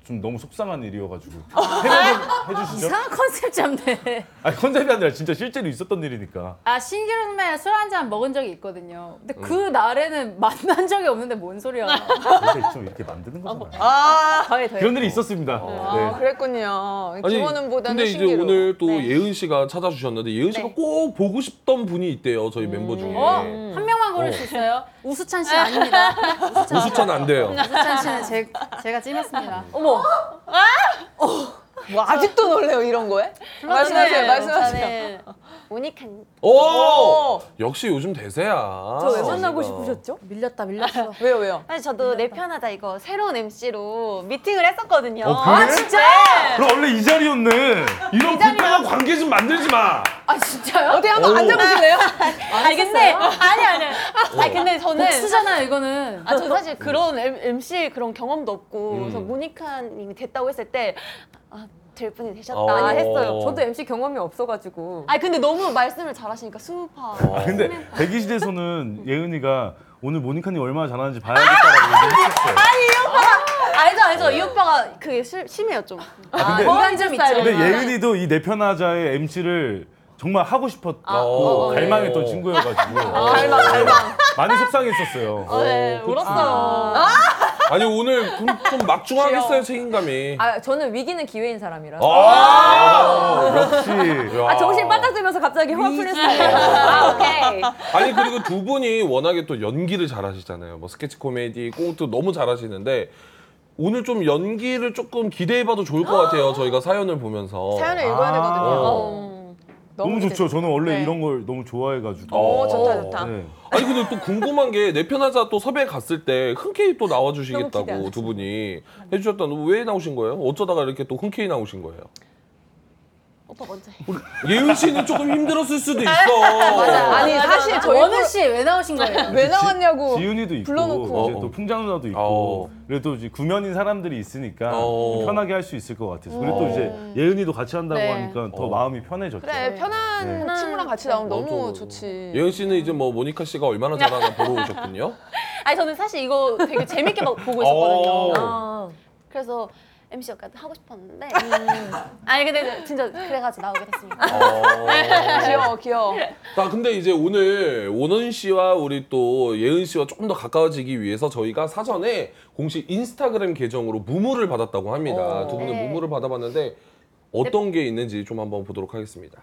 [SPEAKER 6] 좀 너무 속상한 일이어가지고
[SPEAKER 5] 아.
[SPEAKER 6] 해결 좀 해주시죠.
[SPEAKER 2] 이상한 컨셉 잡네.
[SPEAKER 6] 아니 컨셉이 아니라 진짜 실제로 있었던 일이니까.
[SPEAKER 2] 아, 신기루 선배랑 술 한 잔 먹은 적이 있거든요. 근데 그 날에는 만난 적이 없는데 뭔 소리야.
[SPEAKER 6] 근데 좀 이렇게 만드는 거잖아.
[SPEAKER 5] 아
[SPEAKER 3] 더해, 더해.
[SPEAKER 6] 그런 일이 있었습니다. 네.
[SPEAKER 5] 그랬군요.
[SPEAKER 4] 아니,
[SPEAKER 5] 김원은보다는
[SPEAKER 4] 근데 이제
[SPEAKER 5] 신기루.
[SPEAKER 4] 오늘 또 예은 씨가 찾아주셨는데 예은 씨가 꼭 보고 싶던 분이 있대요 저희 멤버 중에.
[SPEAKER 2] 한 명만 고를 수 있어요? 우수찬 씨 아닙니다. 음.
[SPEAKER 4] 우수찬 그 안 돼요.
[SPEAKER 2] 우수찬 씨는 제, 제가 찜했습니다.
[SPEAKER 3] 어머.
[SPEAKER 5] 뭐 아직도 놀래요 이런 거에? 말씀하세요, 말씀하세요.
[SPEAKER 8] 모니카님.
[SPEAKER 4] 오! 어! 역시 요즘 대세야.
[SPEAKER 3] 저 왜 만나고
[SPEAKER 4] 지금.
[SPEAKER 3] 싶으셨죠?
[SPEAKER 2] 밀렸다 밀렸어.
[SPEAKER 5] 왜요, 왜요?
[SPEAKER 8] 사실 저도 내 편하다 이거 새로운 MC로 미팅을 했었거든요.
[SPEAKER 6] 어, 그래? 아, 진짜? 그럼 원래 이 자리였네.
[SPEAKER 4] 이런 불편한 관계 좀 만들지 마.
[SPEAKER 5] 아 진짜요? 어디 한번 앉아보실래요?
[SPEAKER 8] 아니 근데 아니 아니.
[SPEAKER 6] 어.
[SPEAKER 8] 아니 근데
[SPEAKER 3] 네.
[SPEAKER 8] 저는
[SPEAKER 2] 쓰잖아요 이거는.
[SPEAKER 8] 아, 저
[SPEAKER 6] 음.
[SPEAKER 8] 사실 그런 M- MC 그런 경험도 없고 그래서 모니카님이 됐다고 했을 때아될 분이 되셨다
[SPEAKER 4] 어.
[SPEAKER 8] 했어요.
[SPEAKER 3] 저도 MC 경험이 없어가지고.
[SPEAKER 8] 아니 근데 너무 말씀을 잘하시니까 수우파.
[SPEAKER 6] 아, 근데 대기실에서는 예은이가 오늘 모니카님 얼마나 잘하는지 봐야겠다라고 얘기했어요.
[SPEAKER 8] 알죠 알죠 이 오빠가 그게 실- 심해요 좀.
[SPEAKER 6] 아,
[SPEAKER 8] 어,
[SPEAKER 6] 근데,
[SPEAKER 3] 인간 좀 있죠.
[SPEAKER 6] 근데 예은이도 이 내편하자의 MC를 정말 하고 싶었고
[SPEAKER 4] 어, 어,
[SPEAKER 6] 갈망했던
[SPEAKER 4] 어.
[SPEAKER 6] 친구여가지고 갈망 갈망 많이 속상했었어요.
[SPEAKER 8] 어, 네,
[SPEAKER 4] 그치.
[SPEAKER 8] 울었어요.
[SPEAKER 4] 아니 오늘 좀, 좀 막중하겠어요 책임감이.
[SPEAKER 3] 아, 저는 위기는 기회인 사람이라. 서
[SPEAKER 4] 아,
[SPEAKER 6] 어, 역시
[SPEAKER 3] 아, 정신 바짝 들면서 갑자기 화풀했어요.
[SPEAKER 8] 아, 오케이.
[SPEAKER 4] 아니 그리고 두 분이 워낙에 또 연기를 잘하시잖아요. 뭐 스케치 코미디, 꽁트 너무 잘하시는데 오늘 좀 연기를 조금 기대해봐도 좋을 것 같아요. 저희가 사연을 보면서.
[SPEAKER 5] 사연을 읽어야
[SPEAKER 4] 아.
[SPEAKER 5] 되거든요.
[SPEAKER 6] 너무,
[SPEAKER 5] 너무
[SPEAKER 6] 좋죠. 저는 원래
[SPEAKER 5] 네.
[SPEAKER 6] 이런 걸 너무 좋아해가지고.
[SPEAKER 5] 오, 좋다, 좋다.
[SPEAKER 6] 네.
[SPEAKER 4] 아니 근데 또 궁금한 게 내 편하자 또 섭외 갔을 때 흔쾌히 또 나와주시겠다고 두 분이 해주셨다는 왜 나오신 거예요? 어쩌다가 이렇게 또 흔쾌히 나오신 거예요?
[SPEAKER 8] 오빠 먼저 해.
[SPEAKER 4] 우리 예은 씨는 조금 힘들었을 수도 있어.
[SPEAKER 5] 아니 사실 저희
[SPEAKER 2] 원우 씨 왜 나오신
[SPEAKER 3] 네.
[SPEAKER 2] 거예요?
[SPEAKER 5] 왜 나왔냐고.
[SPEAKER 6] 지윤이도 있고
[SPEAKER 5] 불러놓고.
[SPEAKER 6] 이제 또 풍자 누나도 있고
[SPEAKER 4] 어.
[SPEAKER 6] 그리고 또 이제 구면인 사람들이 있으니까
[SPEAKER 4] 어.
[SPEAKER 6] 좀 편하게 할 수 있을 것 같아서 그리고 또 이제 예은이도 같이 한다고
[SPEAKER 2] 어. 네.
[SPEAKER 6] 하니까 더
[SPEAKER 4] 어.
[SPEAKER 6] 마음이 편해졌죠. 네.
[SPEAKER 5] 그래 편한 친구랑 같이 나오면 너무
[SPEAKER 4] 맞아.
[SPEAKER 5] 좋지.
[SPEAKER 4] 예은 씨는 이제 뭐 모니카 씨가 얼마나 잘하나 보러 오셨군요.
[SPEAKER 8] 아니 저는 사실 이거 되게 재밌게 막
[SPEAKER 4] 어.
[SPEAKER 8] 보고 있었거든요.
[SPEAKER 3] 아,
[SPEAKER 8] 그래서 MC 역할 하고 싶었는데 아니 근데 진짜 그래가지고 나오게 됐습니다.
[SPEAKER 4] 어.
[SPEAKER 5] 귀여워 귀여워.
[SPEAKER 4] 자, 근데 이제 오늘 원은 씨와 우리 또 예은 씨와 조금 더 가까워지기 위해서 저희가 사전에 공식 인스타그램 계정으로 무무를 받았다고 합니다.
[SPEAKER 3] 어.
[SPEAKER 4] 두 분은
[SPEAKER 7] 네.
[SPEAKER 4] 무무를 받아봤는데 어떤 게 있는지 좀 한번 보도록 하겠습니다.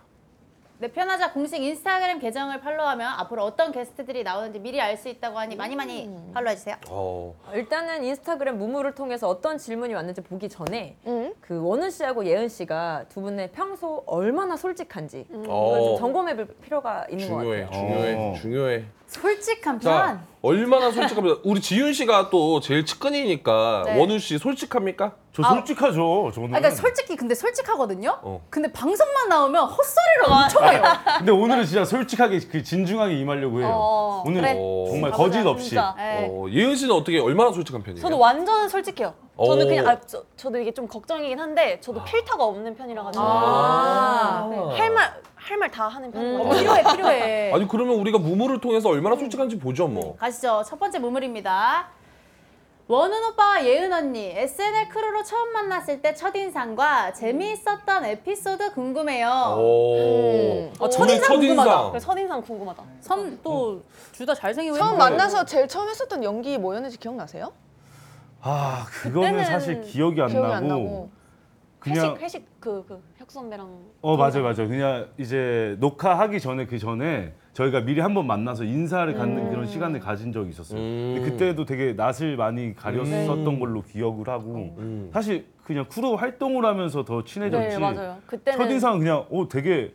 [SPEAKER 7] 내 편하자 네, 공식 인스타그램 계정을 팔로우하면 앞으로 어떤 게스트들이 나오는지 미리 알 수 있다고 하니 많이 많이 팔로우해주세요.
[SPEAKER 4] 어.
[SPEAKER 3] 일단은 인스타그램 무무를 통해서 어떤 질문이 왔는지 보기 전에
[SPEAKER 5] 응?
[SPEAKER 3] 그 원은 씨하고 예은 씨가 두 분의 평소 얼마나 솔직한지
[SPEAKER 8] 음.
[SPEAKER 3] 그걸 좀
[SPEAKER 4] 어.
[SPEAKER 3] 점검해볼 필요가 있는 것 같아요.
[SPEAKER 4] 중요해, 중요해,
[SPEAKER 6] 어.
[SPEAKER 4] 중요해.
[SPEAKER 2] 솔직한
[SPEAKER 4] 자,
[SPEAKER 2] 편.
[SPEAKER 4] 얼마나 솔직합니까? 우리 지윤 씨가 또 제일 측근이니까 원우 씨 솔직합니까?
[SPEAKER 6] 저 솔직하죠. 저는.
[SPEAKER 2] 아, 그러니까 솔직히 근데 솔직하거든요.
[SPEAKER 4] 어.
[SPEAKER 2] 근데 방송만 나오면 헛소리를 엄청 해요.
[SPEAKER 6] <laughs> 근데 오늘은 진짜 솔직하게 그 진중하게 임하려고 해요.
[SPEAKER 8] 어,
[SPEAKER 6] 오늘
[SPEAKER 8] 그래.
[SPEAKER 6] 정말 거짓 없이.
[SPEAKER 8] 진짜.
[SPEAKER 2] 네.
[SPEAKER 4] 어, 예은 씨는 어떻게 얼마나 솔직한 편이에요?
[SPEAKER 8] 저는 완전 솔직해요.
[SPEAKER 4] 오.
[SPEAKER 8] 저는 그냥 아, 저, 저도 이게 좀 걱정이긴 한데 저도 필터가 없는 편이라 가지고
[SPEAKER 4] 아.
[SPEAKER 8] 할말 할 말 다 하는 편이에요.
[SPEAKER 2] 필요해 필요해.
[SPEAKER 5] 네.
[SPEAKER 4] 아니 그러면 우리가 무무를 통해서
[SPEAKER 5] 음.
[SPEAKER 4] 얼마나 솔직한지 보죠 뭐.
[SPEAKER 7] 가시죠. 첫 번째 무물입니다. 원훈 오빠와 예은 언니 SNL 크루로 처음 만났을 때 첫인상과 재미있었던 에피소드
[SPEAKER 5] 그러니까.
[SPEAKER 4] 어,
[SPEAKER 7] 궁금해요.
[SPEAKER 4] 오.
[SPEAKER 5] 음.
[SPEAKER 8] 어,
[SPEAKER 5] 어,
[SPEAKER 2] 아, 첫인상
[SPEAKER 4] 오늘
[SPEAKER 2] 궁금하다.
[SPEAKER 8] 그래서 첫인상 궁금하다.
[SPEAKER 2] 선또 둘 다 잘생기고
[SPEAKER 5] 처음
[SPEAKER 2] 예쁜데.
[SPEAKER 5] 만나서 제일 처음 했었던 연기 뭐였는지 기억나세요?
[SPEAKER 6] 아 그거는
[SPEAKER 8] 그때는
[SPEAKER 6] 사실 기억이 안
[SPEAKER 5] 기억이
[SPEAKER 6] 나고,
[SPEAKER 5] 안 나고.
[SPEAKER 6] 그냥
[SPEAKER 8] 회식 회식 그, 그 혁수 선배랑
[SPEAKER 6] 어 맞아요 맞아요 그냥 이제 녹화하기 전에 그 전에 저희가 미리 한번 만나서 인사를 갖는
[SPEAKER 8] 음.
[SPEAKER 6] 그런 시간을 가진 적이 있었어요
[SPEAKER 4] 음.
[SPEAKER 6] 근데 그때도 되게 낯을 많이 가렸었던
[SPEAKER 8] 음.
[SPEAKER 6] 걸로 기억을 하고
[SPEAKER 4] 음.
[SPEAKER 6] 사실 그냥 크루 활동을 하면서 더 친해졌지
[SPEAKER 8] 네 맞아요. 그때는
[SPEAKER 6] 첫인상은 그냥 어 되게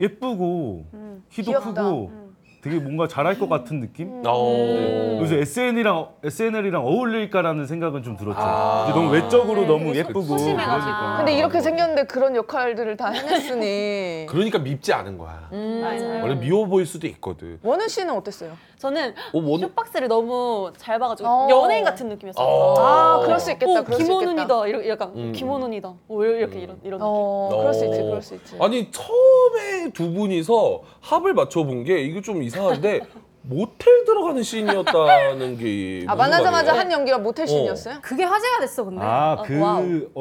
[SPEAKER 6] 예쁘고
[SPEAKER 8] 음,
[SPEAKER 6] 키도
[SPEAKER 5] 귀엽다.
[SPEAKER 6] 크고 되게 뭔가 잘할 것 같은 느낌
[SPEAKER 4] 어.
[SPEAKER 5] 음.
[SPEAKER 6] 그래서 SN이랑 SNL이랑 어울릴까라는 생각은 좀 들었죠.
[SPEAKER 4] 아.
[SPEAKER 6] 이제 너무 외적으로
[SPEAKER 8] 네,
[SPEAKER 6] 너무
[SPEAKER 8] 되게
[SPEAKER 6] 예쁘고
[SPEAKER 8] 소심해가지고.
[SPEAKER 6] 그러니까.
[SPEAKER 5] 근데 이렇게 생겼는데 그런 역할들을 다 해냈으니 <laughs>
[SPEAKER 4] 그러니까 밉지 않은 거야.
[SPEAKER 5] 음.
[SPEAKER 7] 네,
[SPEAKER 8] 맞아요.
[SPEAKER 4] 원래 미워 보일 수도 있거든.
[SPEAKER 5] 원우 씨는 어땠어요?
[SPEAKER 8] 저는
[SPEAKER 4] 어, 원-
[SPEAKER 8] 쇼박스를 너무 잘 봐가지고
[SPEAKER 5] 어.
[SPEAKER 8] 연예인 같은 느낌이었어요.
[SPEAKER 4] 어.
[SPEAKER 5] 아 그럴 수 있겠다.
[SPEAKER 8] 오,
[SPEAKER 5] 그럴 수 있겠다.
[SPEAKER 8] 김원훈이다. 이렇게 약간
[SPEAKER 4] 음.
[SPEAKER 8] 김원훈이다. 오, 이렇게 이런 이런
[SPEAKER 5] 어 그럴 수 있지
[SPEAKER 4] 어.
[SPEAKER 5] 그럴 수 있지.
[SPEAKER 4] 아니 처음에 두 분이서 합을 맞춰본 게 이게 좀 이상한데 <laughs> 모텔 들어가는 씬이었다는 게.
[SPEAKER 5] 아
[SPEAKER 4] 무슨
[SPEAKER 5] 만나자마자
[SPEAKER 4] 말이에요?
[SPEAKER 5] 한 연기가 모텔 씬이었어요?
[SPEAKER 2] 그게 화제가 네. 됐어 근데.
[SPEAKER 6] 아 그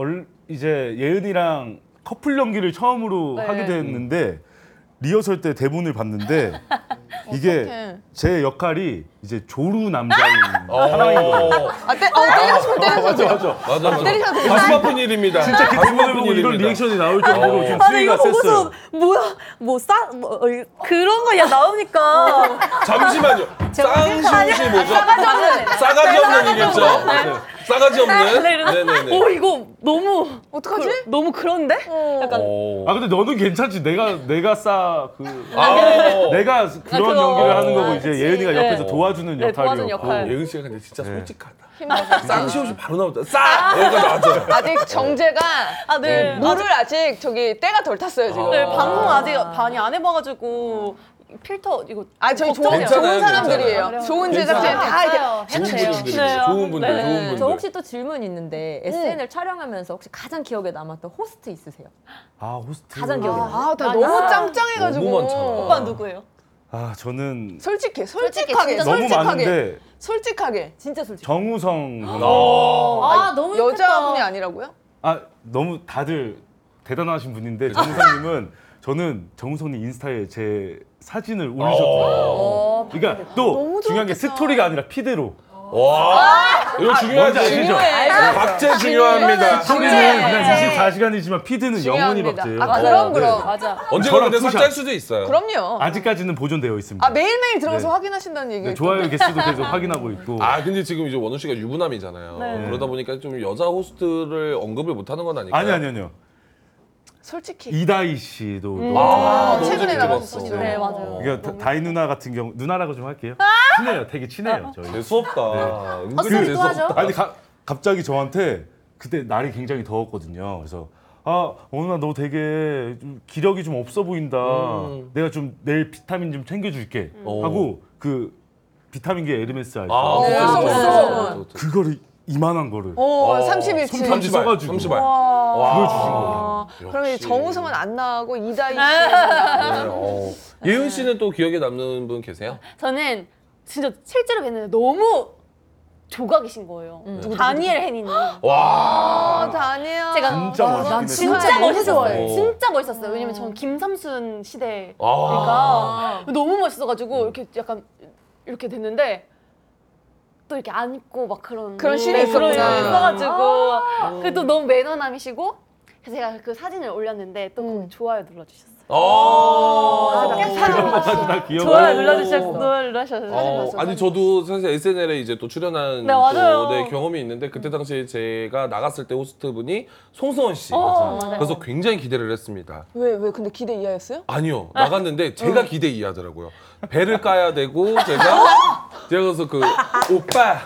[SPEAKER 6] 이제 예은이랑 커플 연기를 처음으로 하게 됐는데 리허설 때 대본을 봤는데 이게
[SPEAKER 5] 어떡해.
[SPEAKER 6] 제 역할이 이제 조루 <laughs> 남자인
[SPEAKER 4] 어.
[SPEAKER 6] 사람인 거예요.
[SPEAKER 5] 아, 때, 어,
[SPEAKER 4] <laughs>
[SPEAKER 5] 때리고 싶어 때리고 싶어.
[SPEAKER 6] 맞아.
[SPEAKER 4] 맞아 맞아.
[SPEAKER 5] 때리셔도 돼요.
[SPEAKER 4] 가슴 아픈 일입니다. 진짜
[SPEAKER 6] 그 대본을 보고 어. 이런 리액션이 나올 정도로 좀
[SPEAKER 4] 아,
[SPEAKER 6] 수위가 셌어요.
[SPEAKER 3] 뭐야, 뭐, 싸, 뭐, 어, 그런 거야 나오니까.
[SPEAKER 4] 잠시만요. 쌍시옷이 뭐죠? 네. 싸가지 없는 일이었죠. 싸가지 없는.
[SPEAKER 8] 네, 그래서 <laughs>
[SPEAKER 4] 네네네.
[SPEAKER 8] 오 이거 너무
[SPEAKER 5] 어떡하지?
[SPEAKER 8] 그- 너무 그런데? 약간
[SPEAKER 4] 오.
[SPEAKER 6] 아 근데 너는 괜찮지. 내가 내가 싸그
[SPEAKER 4] 아, 어.
[SPEAKER 6] 내가 그런
[SPEAKER 8] 그거.
[SPEAKER 6] 연기를 하는 거고
[SPEAKER 8] 아,
[SPEAKER 6] 이제
[SPEAKER 8] 그치.
[SPEAKER 6] 예은이가 옆에서
[SPEAKER 4] 네.
[SPEAKER 6] 도와주는
[SPEAKER 8] 네, 도와주는
[SPEAKER 6] 역할이었고.
[SPEAKER 8] 역할.
[SPEAKER 4] 예은 씨가 근데 진짜
[SPEAKER 6] 네.
[SPEAKER 4] 솔직하다.
[SPEAKER 5] 힘들어서.
[SPEAKER 4] 쌍시 없이 바로 나오다. 싸! 여기가 나왔잖아.
[SPEAKER 5] 아직 정제가
[SPEAKER 8] 아, 네.
[SPEAKER 5] 물을 아직 저기 때가 덜 탔어요 지금.
[SPEAKER 8] 네, 방송 아직 많이 안 해봐가지고 필터 이거
[SPEAKER 5] 아 저희 좋은,
[SPEAKER 8] 걱정돼요.
[SPEAKER 5] 좋은
[SPEAKER 4] 괜찮아요,
[SPEAKER 5] 사람들이에요.
[SPEAKER 4] 괜찮아요.
[SPEAKER 5] 좋은
[SPEAKER 4] 괜찮아요.
[SPEAKER 5] 제작진 다 이렇게
[SPEAKER 4] 좋은
[SPEAKER 8] 해주세요.
[SPEAKER 4] 분들,
[SPEAKER 8] 네.
[SPEAKER 4] 좋은 분들,
[SPEAKER 8] 네.
[SPEAKER 4] 좋은 분들.
[SPEAKER 3] 저 혹시 또 질문
[SPEAKER 5] 네.
[SPEAKER 3] 있는데 SNL 촬영하면서 혹시 가장 기억에 남았던 호스트 있으세요?
[SPEAKER 6] 아 호스트.
[SPEAKER 3] 가장 기억에 남아요.
[SPEAKER 5] 아, 다 너무
[SPEAKER 4] 너무 많잖아.
[SPEAKER 5] 짱짱해가지고.
[SPEAKER 8] 오빠 누구예요?
[SPEAKER 6] 아 저는
[SPEAKER 5] 솔직해, 솔직하게,
[SPEAKER 6] 너무
[SPEAKER 5] 솔직하게,
[SPEAKER 6] 많은데
[SPEAKER 5] 솔직하게.
[SPEAKER 3] 진짜 솔직히.
[SPEAKER 6] 정우성 분.
[SPEAKER 2] 아, 너무
[SPEAKER 8] 그러니까.
[SPEAKER 5] 여자분이 아니라고요?
[SPEAKER 6] 아 너무 다들 대단하신 분인데 정우성님은 저는 정우성님 인스타에 제 사진을 올리셨어요.
[SPEAKER 3] 어,
[SPEAKER 6] 그러니까 또 중요한 게 스토리가 아니라 피드로.
[SPEAKER 4] 와. 이거
[SPEAKER 6] 뭔지
[SPEAKER 4] 중요하지. 네.
[SPEAKER 6] 아시죠?
[SPEAKER 4] 박제 중요합니다.
[SPEAKER 6] 스토리는 그냥
[SPEAKER 5] 네.
[SPEAKER 6] 24시간이지만 피드는 영원히
[SPEAKER 5] 중요합니다.
[SPEAKER 6] 박제예요.
[SPEAKER 5] 아 그럼
[SPEAKER 4] 어,
[SPEAKER 5] 그럼.
[SPEAKER 3] 맞아.
[SPEAKER 4] 언제가
[SPEAKER 6] 저랑
[SPEAKER 4] 근데
[SPEAKER 6] 투샷.
[SPEAKER 4] 삭제할 수도 있어요.
[SPEAKER 5] 그럼요.
[SPEAKER 6] 아직까지는 보존되어 있습니다.
[SPEAKER 5] 아 매일 매일 들어가서
[SPEAKER 6] 네.
[SPEAKER 5] 확인하신다는 얘기.
[SPEAKER 6] 네, 좋아요 개수도 계속 확인하고 있고.
[SPEAKER 4] 아 근데 지금 이제 원우 씨가 유부남이잖아요. 그러다 보니까 좀 여자 호스트를 언급을 못하는 건 아닐까요?
[SPEAKER 6] 아니 아니 아니요.
[SPEAKER 5] 솔직히.
[SPEAKER 6] 이다희 씨도 너무
[SPEAKER 4] 아,
[SPEAKER 5] 아,
[SPEAKER 4] 너무
[SPEAKER 5] 최근에
[SPEAKER 4] 재밌게
[SPEAKER 5] 나갔었죠.
[SPEAKER 4] 봤어.
[SPEAKER 5] 네,
[SPEAKER 8] 맞아요.
[SPEAKER 6] 그러니까 다- 다희 누나 같은 경우 누나라고 좀 할게요.
[SPEAKER 5] 아!
[SPEAKER 6] 친해요, 되게 친해요 저희.
[SPEAKER 4] 재수없다.
[SPEAKER 6] 아,
[SPEAKER 4] 은근
[SPEAKER 2] 헛소리 또 하죠?
[SPEAKER 4] 재수없다.
[SPEAKER 6] 아니 가- 갑자기 저한테 그때 날이 굉장히 더웠거든요. 그래서 아 오늘 너 되게 좀 기력이 좀 없어 보인다.
[SPEAKER 4] 음.
[SPEAKER 6] 내가 좀 내일 비타민 좀 챙겨줄게
[SPEAKER 4] 오.
[SPEAKER 6] 하고 그 비타민계 에르메스 알죠?
[SPEAKER 4] 아,
[SPEAKER 5] 네,
[SPEAKER 4] 그거
[SPEAKER 5] 없어,
[SPEAKER 4] 재수없어.
[SPEAKER 5] 없어.
[SPEAKER 4] 그거
[SPEAKER 6] 그거를 이만한 거를
[SPEAKER 4] 네.
[SPEAKER 5] 어,
[SPEAKER 6] 손편지
[SPEAKER 5] 31치.
[SPEAKER 6] 삼십-
[SPEAKER 4] 30알,
[SPEAKER 6] 써가지고.
[SPEAKER 4] 30알.
[SPEAKER 5] 와.
[SPEAKER 6] 그걸 주신 거예요.
[SPEAKER 5] 그러면 이
[SPEAKER 4] 역시.
[SPEAKER 5] 정우성은 안 나오고 이다희
[SPEAKER 8] 아.
[SPEAKER 5] 씨.
[SPEAKER 4] 네, 어. <laughs> 예은 씨는 또 기억에 남는 분 계세요?
[SPEAKER 8] 저는 진짜 실제로 뵀는데 너무 조각이신 거예요. 다니엘 혜니님.
[SPEAKER 5] 아,
[SPEAKER 4] 와.
[SPEAKER 5] 다니엘.
[SPEAKER 8] 제가
[SPEAKER 6] 진짜 멋있긴
[SPEAKER 5] 난
[SPEAKER 6] 했어요.
[SPEAKER 8] 진짜
[SPEAKER 2] 너무
[SPEAKER 8] 멋있었어요. 음.
[SPEAKER 4] 좋아해.
[SPEAKER 8] 진짜 멋있었어요. 왜냐면 저는 김삼순 시대
[SPEAKER 4] 아.
[SPEAKER 8] 그러니까 너무 멋있어가지고 이렇게 약간 이렇게 됐는데 또 이렇게 안고 막 그런
[SPEAKER 5] 그런 씬이
[SPEAKER 8] 그런
[SPEAKER 5] 있었구나.
[SPEAKER 8] 일이 있어가지고 그래고 너무 매너남이시고 그래서 제가 그 사진을 올렸는데 또
[SPEAKER 7] 음.
[SPEAKER 8] 거기 좋아요 눌러주셨어요.
[SPEAKER 4] 아.
[SPEAKER 6] 그것까지 다 기억을
[SPEAKER 8] 좋아요 눌러주셨어요. 눌러주셨어요. 사진
[SPEAKER 4] 어,
[SPEAKER 8] 봤어요.
[SPEAKER 4] 아니 저도 사실 SNL에 이제 또 출연한
[SPEAKER 8] 네,
[SPEAKER 4] 또,
[SPEAKER 8] 맞아요.
[SPEAKER 4] 네, 경험이 있는데 그때 당시에 제가 나갔을 때 호스트분이 송승헌 씨.
[SPEAKER 8] 어, 맞아요.
[SPEAKER 4] 그래서 굉장히 기대를 했습니다.
[SPEAKER 5] 왜, 왜, 근데 기대 이하였어요? 어.
[SPEAKER 4] 아니요 나갔는데 제가 기대 이하더라고요. 배를 까야 되고 제가 제가 그래서 그 오빠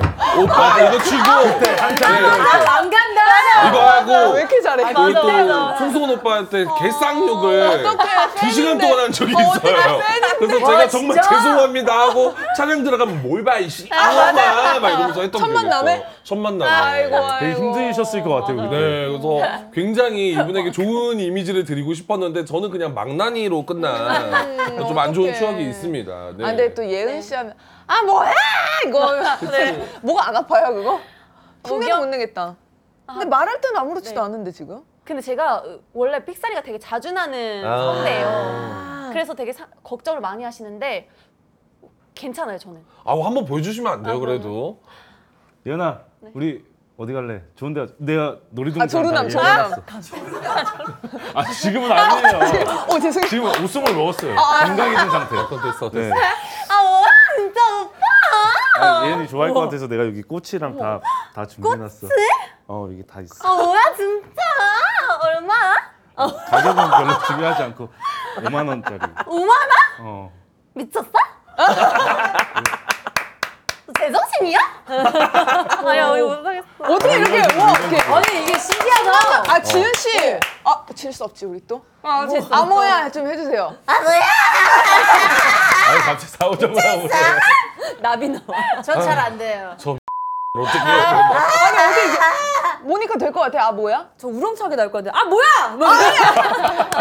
[SPEAKER 4] 오빠 이거 치고 네,
[SPEAKER 7] 안 간다.
[SPEAKER 4] 이거
[SPEAKER 5] 아, 왜
[SPEAKER 4] 하고
[SPEAKER 5] 이렇게 잘해?
[SPEAKER 4] 그리고 또 송승헌 오빠한테
[SPEAKER 5] 어,
[SPEAKER 4] 개쌍욕을 두 시간 동안 한 적이 있어요. 그래서 제가 정말 죄송합니다 하고 촬영 들어가면 뭘 봐 이씨 아마 막 이러면서 했던
[SPEAKER 5] 첫
[SPEAKER 4] 기억이 있어요.
[SPEAKER 5] 만남에?
[SPEAKER 4] 첫 만남에
[SPEAKER 5] 아이고,
[SPEAKER 6] 네. 되게
[SPEAKER 5] 아이고.
[SPEAKER 6] 힘드셨을 것 같아요. 그때.
[SPEAKER 4] 네, 그래서 굉장히 이분에게 좋은 이미지를 드리고 싶었는데 저는 그냥 망나니로 끝난 좀 안 좋은
[SPEAKER 5] 어떡해.
[SPEAKER 4] 추억이 있습니다. 네.
[SPEAKER 5] 아, 근데 또 예은 씨 하면, 아, 뭐야! 이거.
[SPEAKER 6] <laughs>
[SPEAKER 5] 네. 뭐가 안 아파요, 그거? 풍경 못 내겠다. 근데 말할 때는 아무렇지도
[SPEAKER 8] 아. 네.
[SPEAKER 5] 않은데, 지금?
[SPEAKER 8] 근데 제가 원래 삑사리가 되게 자주 나는
[SPEAKER 4] 아.
[SPEAKER 8] 선배예요. 그래서 되게 사- 걱정을 많이 하시는데 괜찮아요 저는.
[SPEAKER 4] 아, 한번 보여주시면 안 돼요, 그래도.
[SPEAKER 6] 예은아 우리 어디 갈래? 좋은데 내가
[SPEAKER 5] 네.
[SPEAKER 6] 놀이동산
[SPEAKER 5] 아, 조르남,
[SPEAKER 6] 가게
[SPEAKER 5] 조르남.
[SPEAKER 6] 예약해놨어. 아 지금은 아니에요.
[SPEAKER 5] 어, 죄송해요.
[SPEAKER 6] 지금 옷숨을 먹었어요.
[SPEAKER 5] 아,
[SPEAKER 6] 건강해진 상태.
[SPEAKER 4] 어떤 됐어, 됐어.
[SPEAKER 6] 네.
[SPEAKER 8] 아 와, 진짜 오빠.
[SPEAKER 6] 아, 얘는 좋아할 것 같아서 내가 여기 꽃이랑 다, 다 준비해놨어. 어 여기 다 있어.
[SPEAKER 8] 아 뭐야 진짜 얼마?
[SPEAKER 6] 가격은 별로 중요하지 않고 5만 원짜리.
[SPEAKER 8] 5만 원?
[SPEAKER 6] 어.
[SPEAKER 8] 미쳤어? 제정신이야? <laughs> 아야 이거 못하겠어.
[SPEAKER 5] 어떻게 이렇게, 와, 이렇게.
[SPEAKER 3] 아니 이게 신기하다.
[SPEAKER 5] 아, 지은 씨!
[SPEAKER 6] 어.
[SPEAKER 5] 아, 질 수 없지, 우리 또.
[SPEAKER 8] 아, 제,
[SPEAKER 5] 아, 뭐야! 좀 해주세요.
[SPEAKER 4] 아니, 갑자기 사오정을 하고 그래.
[SPEAKER 3] 나비 나와.
[SPEAKER 2] 전잘 안 돼요.
[SPEAKER 4] 어떻게 해요?
[SPEAKER 5] 아니, 어디 이게. 모니까 될 것 같아, 아, 뭐야?
[SPEAKER 3] 저 우렁차게 나올 것 같은데. 아 뭐야? 막 이래.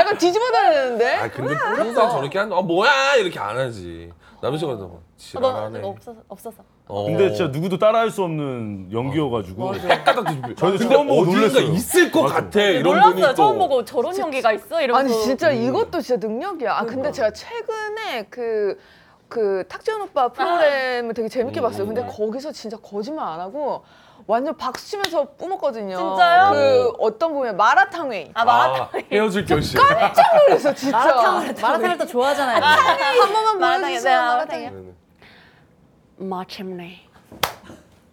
[SPEAKER 5] 약간 뒤집어 다니는데?
[SPEAKER 4] 아, 근데 항상 저렇게 하는, 아, 뭐야! 이렇게 안 하지. 남자친구가 너무 아, 지랄하네.
[SPEAKER 8] 아, 없어서 없어서. 아,
[SPEAKER 4] 어.
[SPEAKER 6] 근데 진짜 누구도 따라할 수 없는 연기여가지고.
[SPEAKER 4] 딱 뒤집혀.
[SPEAKER 6] 저도
[SPEAKER 4] 근데
[SPEAKER 6] 처음 보고
[SPEAKER 4] 어딘가
[SPEAKER 6] 놀랐어요.
[SPEAKER 4] 있을 것
[SPEAKER 6] 맞아.
[SPEAKER 4] 같아, 이런 분이
[SPEAKER 8] 네, 놀랐어요
[SPEAKER 4] 또.
[SPEAKER 8] 처음 보고 저런 연기가 있어 이러면서.
[SPEAKER 5] 아니 진짜
[SPEAKER 6] 음.
[SPEAKER 5] 이것도 진짜 능력이야. 아
[SPEAKER 6] 그러니까.
[SPEAKER 5] 근데 제가 최근에 그. 그 탁재훈 오빠 프로그램을 되게
[SPEAKER 6] 음.
[SPEAKER 5] 재밌게 봤어요. 근데 거기서 진짜 거짓말 안 하고 완전 박수 치면서 뿜었거든요.
[SPEAKER 8] 진짜요?
[SPEAKER 5] 그 어떤 보면 마라탕 회의.
[SPEAKER 4] 아, 헤어질 결심.
[SPEAKER 5] 그래서 진짜
[SPEAKER 2] 마라탕을 또 좋아하잖아요.
[SPEAKER 5] 한 번만 보여주세요. 마라탕.
[SPEAKER 8] 마라탕이요. 마침내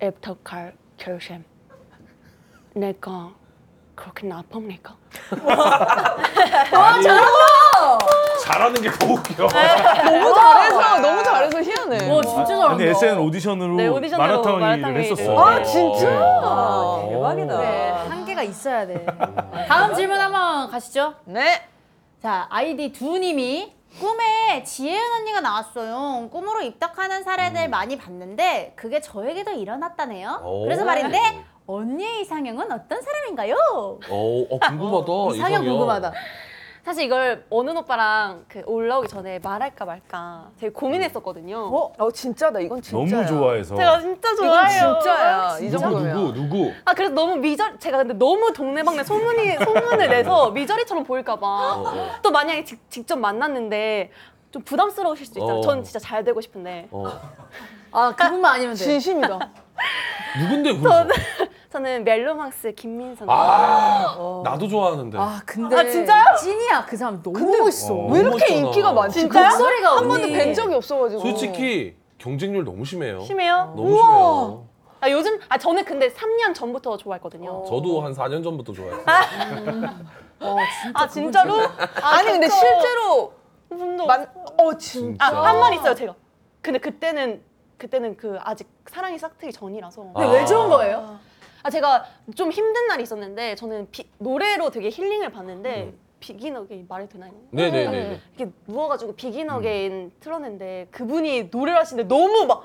[SPEAKER 8] 애프터칼 결심 내가 그렇게 나쁩니까?
[SPEAKER 4] 잘하는 게 더 웃겨.
[SPEAKER 5] 너무 잘해서 너무 잘해서 희한해.
[SPEAKER 2] 와 어, 진짜 잘한다.
[SPEAKER 6] 아니 SN 오디션으로
[SPEAKER 3] 네, 오디션으로
[SPEAKER 6] 마라탕
[SPEAKER 3] 마라탕
[SPEAKER 6] 일을
[SPEAKER 3] 일을.
[SPEAKER 6] 했었어요.
[SPEAKER 5] 아 진짜? 네.
[SPEAKER 3] 아, 대박이다.
[SPEAKER 2] 그래, 한계가 있어야 돼. 다음 질문 한번 가시죠.
[SPEAKER 5] 네.
[SPEAKER 7] 자, 아이디 두님이 꿈에 지혜은 언니가 나왔어요. 꿈으로 입덕하는 사례들
[SPEAKER 8] 음.
[SPEAKER 7] 많이 봤는데 그게 저에게도 일어났다네요.
[SPEAKER 4] 오.
[SPEAKER 7] 그래서 말인데 언니의 이상형은 어떤 사람인가요?
[SPEAKER 4] 어, 어, 궁금하다.
[SPEAKER 2] 이상형 궁금하다.
[SPEAKER 8] 사실 이걸 원은 오빠랑 그 올라오기 전에 말할까 말까 되게 고민했었거든요.
[SPEAKER 5] 어, 어 진짜다. 이건 진짜야.
[SPEAKER 6] 너무 좋아해서
[SPEAKER 8] 제가 진짜
[SPEAKER 5] 이건
[SPEAKER 8] 좋아해요.
[SPEAKER 5] 진짜야. 이
[SPEAKER 4] 누구
[SPEAKER 5] 정도면.
[SPEAKER 4] 누구 누구?
[SPEAKER 8] 아 그래서 너무 미절 제가 근데 너무 동네방네 소문이 소문을
[SPEAKER 6] <laughs>
[SPEAKER 8] 내서 미저리처럼 보일까봐
[SPEAKER 4] 어.
[SPEAKER 8] 또 만약에 직, 직접 만났는데 좀 부담스러우실 수도 있잖아요.
[SPEAKER 4] 어.
[SPEAKER 8] 전 진짜 잘 되고 싶은데
[SPEAKER 4] 어.
[SPEAKER 2] 아 그분만 아니면 돼.
[SPEAKER 5] 진심이다.
[SPEAKER 4] 누군데 그럼?
[SPEAKER 8] 저는 멜로망스 김민선.
[SPEAKER 4] 아 나도 좋아하는데.
[SPEAKER 2] 아 근데
[SPEAKER 5] 아, 진짜요?
[SPEAKER 2] 찐이야 그 사람 너무
[SPEAKER 5] 근데
[SPEAKER 2] 멋있어.
[SPEAKER 4] 어.
[SPEAKER 5] 왜 이렇게
[SPEAKER 4] 너무 멋있잖아.
[SPEAKER 5] 인기가 많지?
[SPEAKER 2] 진짜요?
[SPEAKER 5] 그
[SPEAKER 2] 목소리가
[SPEAKER 5] 한 번도
[SPEAKER 2] 언니.
[SPEAKER 5] 뵌 적이 없어가지고.
[SPEAKER 4] 솔직히 경쟁률 너무 심해요.
[SPEAKER 8] 심해요?
[SPEAKER 4] 너무 심해요.
[SPEAKER 8] 아 요즘 아 저는 근데 3년 전부터 좋아했거든요.
[SPEAKER 4] 저도 한 4년 전부터 좋아해요.
[SPEAKER 8] 아 진짜로?
[SPEAKER 5] 아니 근데 실제로
[SPEAKER 8] 분도
[SPEAKER 5] 만. 어 진짜.
[SPEAKER 8] 아 한 말 있어요 제가. 근데 그때는 그때는 그 아직 사랑이 싹트기 전이라서.
[SPEAKER 4] 근데 왜 좋은 거예요?
[SPEAKER 7] 어.
[SPEAKER 8] 아 제가 좀 힘든 날이 있었는데 저는 비- 노래로 되게 힐링을 받는데
[SPEAKER 4] 음.
[SPEAKER 8] 비긴어게인 말해도 되나요?
[SPEAKER 4] 네네네.
[SPEAKER 8] 이렇게 누워가지고 비긴어게인 틀었는데 그분이 노래를 하시는데 너무 막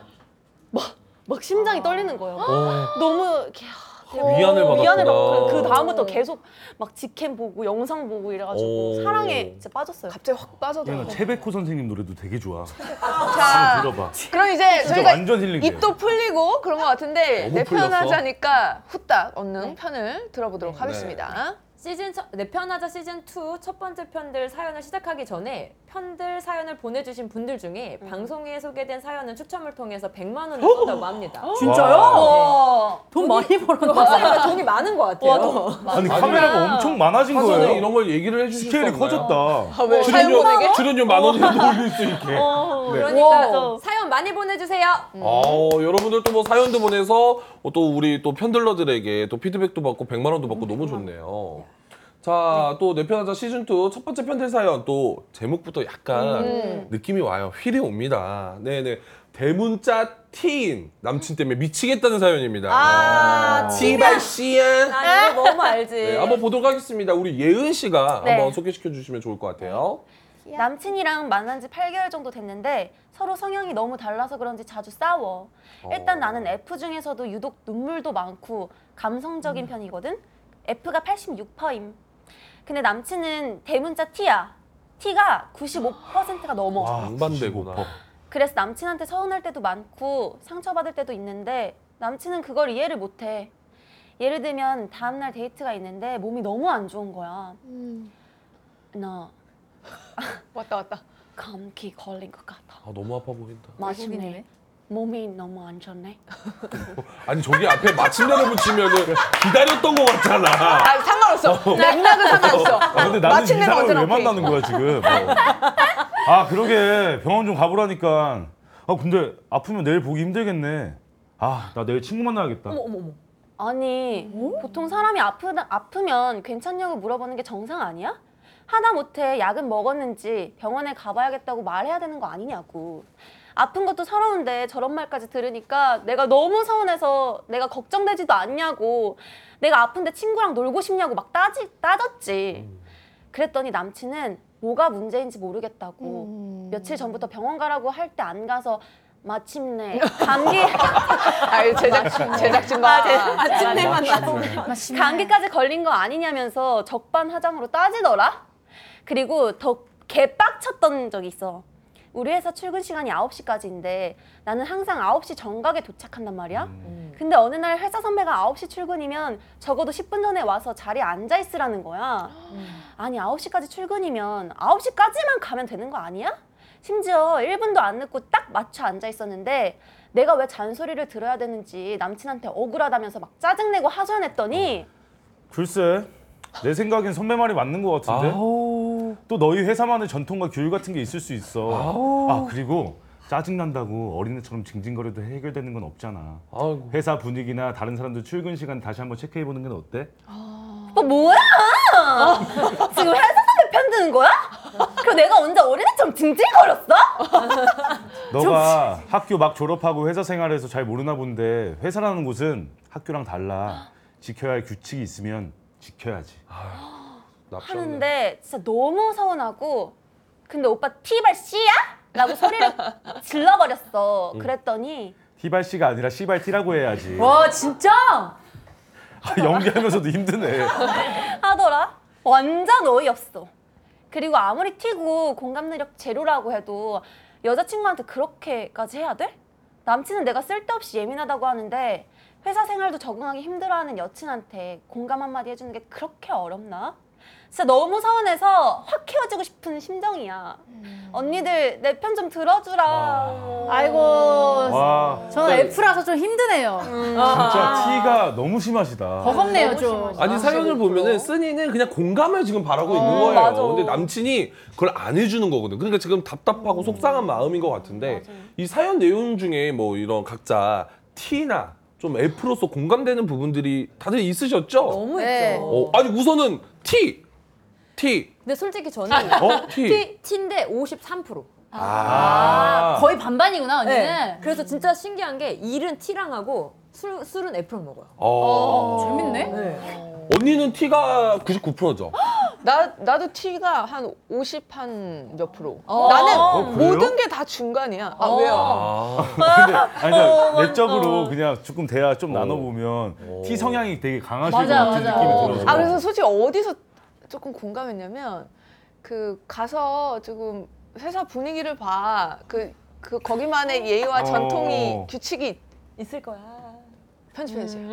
[SPEAKER 8] 막 막 심장이
[SPEAKER 5] 아.
[SPEAKER 8] 떨리는 거예요. 너무 이렇게 아, 대박.
[SPEAKER 4] 어, 위안을 받았구나.
[SPEAKER 8] 위안을 받고 그
[SPEAKER 5] 어.
[SPEAKER 8] 다음부터 계속 막 직캠 보고 영상 보고 이래가지고
[SPEAKER 4] 오.
[SPEAKER 8] 사랑에 진짜 빠졌어요.
[SPEAKER 5] 갑자기 확
[SPEAKER 6] 그냥
[SPEAKER 5] 빠져들어.
[SPEAKER 6] 최백호 선생님 노래도 되게 좋아.
[SPEAKER 5] 자,
[SPEAKER 6] 들어봐.
[SPEAKER 5] 그럼 이제
[SPEAKER 6] 진짜
[SPEAKER 5] 저희가
[SPEAKER 6] 완전 힐링. 돼요.
[SPEAKER 5] 입도 풀리고 그런 것 같은데
[SPEAKER 8] 네,
[SPEAKER 4] 너무
[SPEAKER 5] 내
[SPEAKER 4] 풀렸어.
[SPEAKER 5] 편하자니까 후딱 얻는 편을 네,
[SPEAKER 4] 네.
[SPEAKER 5] 들어보도록 하겠습니다.
[SPEAKER 3] 시즌 첫, 내 편하자 시즌 2 첫 번째 편들 사연을 시작하기 전에 편들 사연을 보내주신 분들 중에 방송에 소개된 사연은 추첨을 통해서 100만 원을 쏜다고 합니다.
[SPEAKER 2] 진짜요?
[SPEAKER 3] 와.
[SPEAKER 2] 어? 돈 많이 벌었나?
[SPEAKER 3] 맞아요. <laughs> 돈이 많은 것 같아요.
[SPEAKER 6] 아니 카메라가 엄청 많아진
[SPEAKER 4] 사전에
[SPEAKER 6] 거예요.
[SPEAKER 4] 그러니까 이런 걸 얘기를 해주실
[SPEAKER 6] 스케일이
[SPEAKER 4] 수 없나요? 아,
[SPEAKER 6] 커졌다.
[SPEAKER 5] 왜?
[SPEAKER 4] 출연료 출연료 만 원이라도 올릴 수 있게.
[SPEAKER 3] 그러니까
[SPEAKER 8] 와.
[SPEAKER 3] 사연 많이 보내주세요.
[SPEAKER 4] 어, 여러분들 또 뭐 사연도 보내서 뭐 또 우리 또 편들러들에게 또 피드백도 받고 100만 원도 받고
[SPEAKER 3] 음.
[SPEAKER 4] 너무 좋네요. 자, 또 내 편하자 시즌 2 첫 번째 편들 사연 또 제목부터 약간
[SPEAKER 3] 음.
[SPEAKER 4] 느낌이 와요. 휠이 옵니다. 네, 네. 대문자 티인 남친 때문에 미치겠다는 사연입니다.
[SPEAKER 3] 아,
[SPEAKER 4] 티발 씨야.
[SPEAKER 3] 아, 이거 너무 알지.
[SPEAKER 4] 네, 한번 보도록 하겠습니다. 우리 예은 씨가
[SPEAKER 8] 네.
[SPEAKER 4] 한번 소개시켜 주시면 좋을 것 같아요.
[SPEAKER 8] 남친이랑 만난 지 8개월 정도 됐는데 서로 성향이 너무 달라서 그런지 자주 싸워. 일단 나는 F 중에서도 유독 눈물도 많고 감성적인 편이거든. F가 86%임. 근데 남친은 대문자 T야. T가 95%가 넘어.
[SPEAKER 4] 아,
[SPEAKER 6] 와,
[SPEAKER 4] 양반되구나.
[SPEAKER 6] 95%.
[SPEAKER 8] 그래서 남친한테 서운할 때도 많고 상처받을 때도 있는데 남친은 그걸 이해를 못해. 예를 들면 다음날 데이트가 있는데 몸이 너무 안 좋은 거야. 나
[SPEAKER 5] 음. <laughs> 왔다 왔다.
[SPEAKER 8] 감기 걸린 것 같아.
[SPEAKER 4] 아, 너무 아파 보인다.
[SPEAKER 8] 마침내 몸이 너무 안 좋네.
[SPEAKER 4] 아니 저기 앞에 마침내로 붙이면은 기다렸던 것 같잖아.
[SPEAKER 5] 아 상관없어. 맥락은 상관없어.
[SPEAKER 6] 아, 근데 나는 이
[SPEAKER 5] 마침내
[SPEAKER 6] 사람을 왜
[SPEAKER 5] 완전 오케이.
[SPEAKER 6] 만나는 거야 지금? 아 그러게 병원 좀 가보라니까. 아 근데 아프면 내일 보기 힘들겠네. 아 나 내일 친구 만나야겠다.
[SPEAKER 8] 아니 보통 사람이 아프다, 아프면 괜찮냐고 물어보는 게 정상 아니야? 하다못해 약은 먹었는지 병원에 가봐야겠다고 말해야 되는 거 아니냐고 아픈 것도 서러운데 저런 말까지 들으니까 내가 너무 서운해서 내가 걱정되지도 않냐고 내가 아픈데 친구랑 놀고 싶냐고 막 따지, 따졌지 그랬더니 남친은 뭐가 문제인지 모르겠다고 며칠 전부터 병원 가라고 할 때 안 가서 마침내 감기
[SPEAKER 5] 아 제작 제작진과
[SPEAKER 3] 아침내만 나고.
[SPEAKER 8] 감기까지 걸린 거 아니냐면서 적반하장으로 따지더라? 그리고 더 개빡쳤던 적이 있어. 우리 회사 출근 시간이 9시까지인데 나는 항상 9시 정각에 도착한단 말이야. 근데 어느 날 회사 선배가 9시 출근이면 적어도 10분 전에 와서 자리에 앉아 있으라는 거야. 아니 9시까지 출근이면 9시까지만 가면 되는 거 아니야? 심지어 1분도 안 늦고 딱 맞춰 앉아 있었는데 내가 왜 잔소리를 들어야 되는지 남친한테 억울하다면서 막 짜증내고 하소연했더니
[SPEAKER 6] 글쎄 내 생각엔 선배 말이 맞는 것
[SPEAKER 4] 아.
[SPEAKER 6] 같은데.
[SPEAKER 4] 아우.
[SPEAKER 6] 또 너희 회사만의 전통과 규율 같은 게 있을 수 있어. 아 그리고 짜증난다고 어린애처럼 징징거려도 해결되는 건 없잖아.
[SPEAKER 4] 아이고.
[SPEAKER 6] 회사 분위기나 다른 사람들 출근 시간 다시 한번 체크해 보는 건 어때?
[SPEAKER 8] 오빠 뭐야? 지금 회사 선배 편드는 거야? 그리고 내가 언제 어린애처럼 징징거렸어?
[SPEAKER 6] 너가 학교 막 졸업하고 회사 생활에서 잘 모르나 본데 회사라는 곳은 학교랑 달라. 지켜야 할 규칙이 있으면 지켜야지.
[SPEAKER 4] 납치하네.
[SPEAKER 8] 하는데 진짜 너무 서운하고 근데 오빠 티발 씨야? 라고 소리를 질러버렸어. 그랬더니
[SPEAKER 6] 티발 씨가 아니라 씨발 티라고 해야지.
[SPEAKER 9] 와 진짜?
[SPEAKER 6] 아,
[SPEAKER 9] <laughs>
[SPEAKER 6] 연기하면서도 힘드네.
[SPEAKER 8] 하더라. 완전 어이없어. 그리고 아무리 튀고 공감 능력 제로라고 해도 여자친구한테 그렇게까지 해야 돼? 남친은 내가 쓸데없이 예민하다고 하는데 회사 생활도 적응하기 힘들어하는 여친한테 공감 한마디 해주는 게 그렇게 어렵나? 진짜 너무 서운해서 확 헤어지고 싶은 심정이야. 언니들 내 편 좀 들어주라.
[SPEAKER 2] 아.
[SPEAKER 5] 네.
[SPEAKER 9] 아이고
[SPEAKER 6] 와
[SPEAKER 9] 저는 F라서 좀 힘드네요.
[SPEAKER 6] 진짜
[SPEAKER 9] 아.
[SPEAKER 6] 티가 너무 심하시다.
[SPEAKER 9] 버겁네요 좀.
[SPEAKER 4] 아니 아, 사연을 보면은 쓰니는 그냥 공감을 지금 바라고 있는 거예요. 근데 남친이 그걸 안 해주는 거거든. 그러니까 지금 답답하고 속상한 마음인 것 같은데 이 사연 내용 중에 뭐 이런 각자 T나 좀 F로서 공감되는 부분들이 다들 있으셨죠?
[SPEAKER 5] 너무
[SPEAKER 9] 네.
[SPEAKER 5] 있죠.
[SPEAKER 4] 어, 아니 우선은 T, T,
[SPEAKER 5] 근데 솔직히 저는
[SPEAKER 4] 어 <laughs> T.
[SPEAKER 5] T, T인데 53%.
[SPEAKER 4] 아.
[SPEAKER 2] 거의 반반이구나 언니는.
[SPEAKER 5] 네. 그래서 진짜 신기한 게 일은 T랑 하고 술, 술은 F랑 먹어요.
[SPEAKER 4] 어.
[SPEAKER 2] 재밌네.
[SPEAKER 4] 언니는 T가 <gasps> 99%죠.
[SPEAKER 10] 나 나도 T가 한 50 한 몇 프로.
[SPEAKER 5] 어.
[SPEAKER 10] 나는
[SPEAKER 6] 그래요?
[SPEAKER 10] 모든 게 다 중간이야. 아 왜요?
[SPEAKER 4] 아.
[SPEAKER 6] 근데 아니
[SPEAKER 9] 어,
[SPEAKER 6] 그러니까 내적으로 그냥 조금 대화 좀 나눠보면 T 성향이 되게 강하실
[SPEAKER 9] 맞아,
[SPEAKER 6] 것 같은
[SPEAKER 9] 맞아.
[SPEAKER 6] 느낌이
[SPEAKER 9] 어.
[SPEAKER 6] 들어서.
[SPEAKER 10] 아 그래서 솔직히 어디서 조금 공감했냐면 그 가서 조금 회사 분위기를 봐. 그, 그 거기만의 예의와
[SPEAKER 6] 어.
[SPEAKER 10] 전통이 규칙이
[SPEAKER 5] 있을 거야. 음.
[SPEAKER 10] 편집해주세요.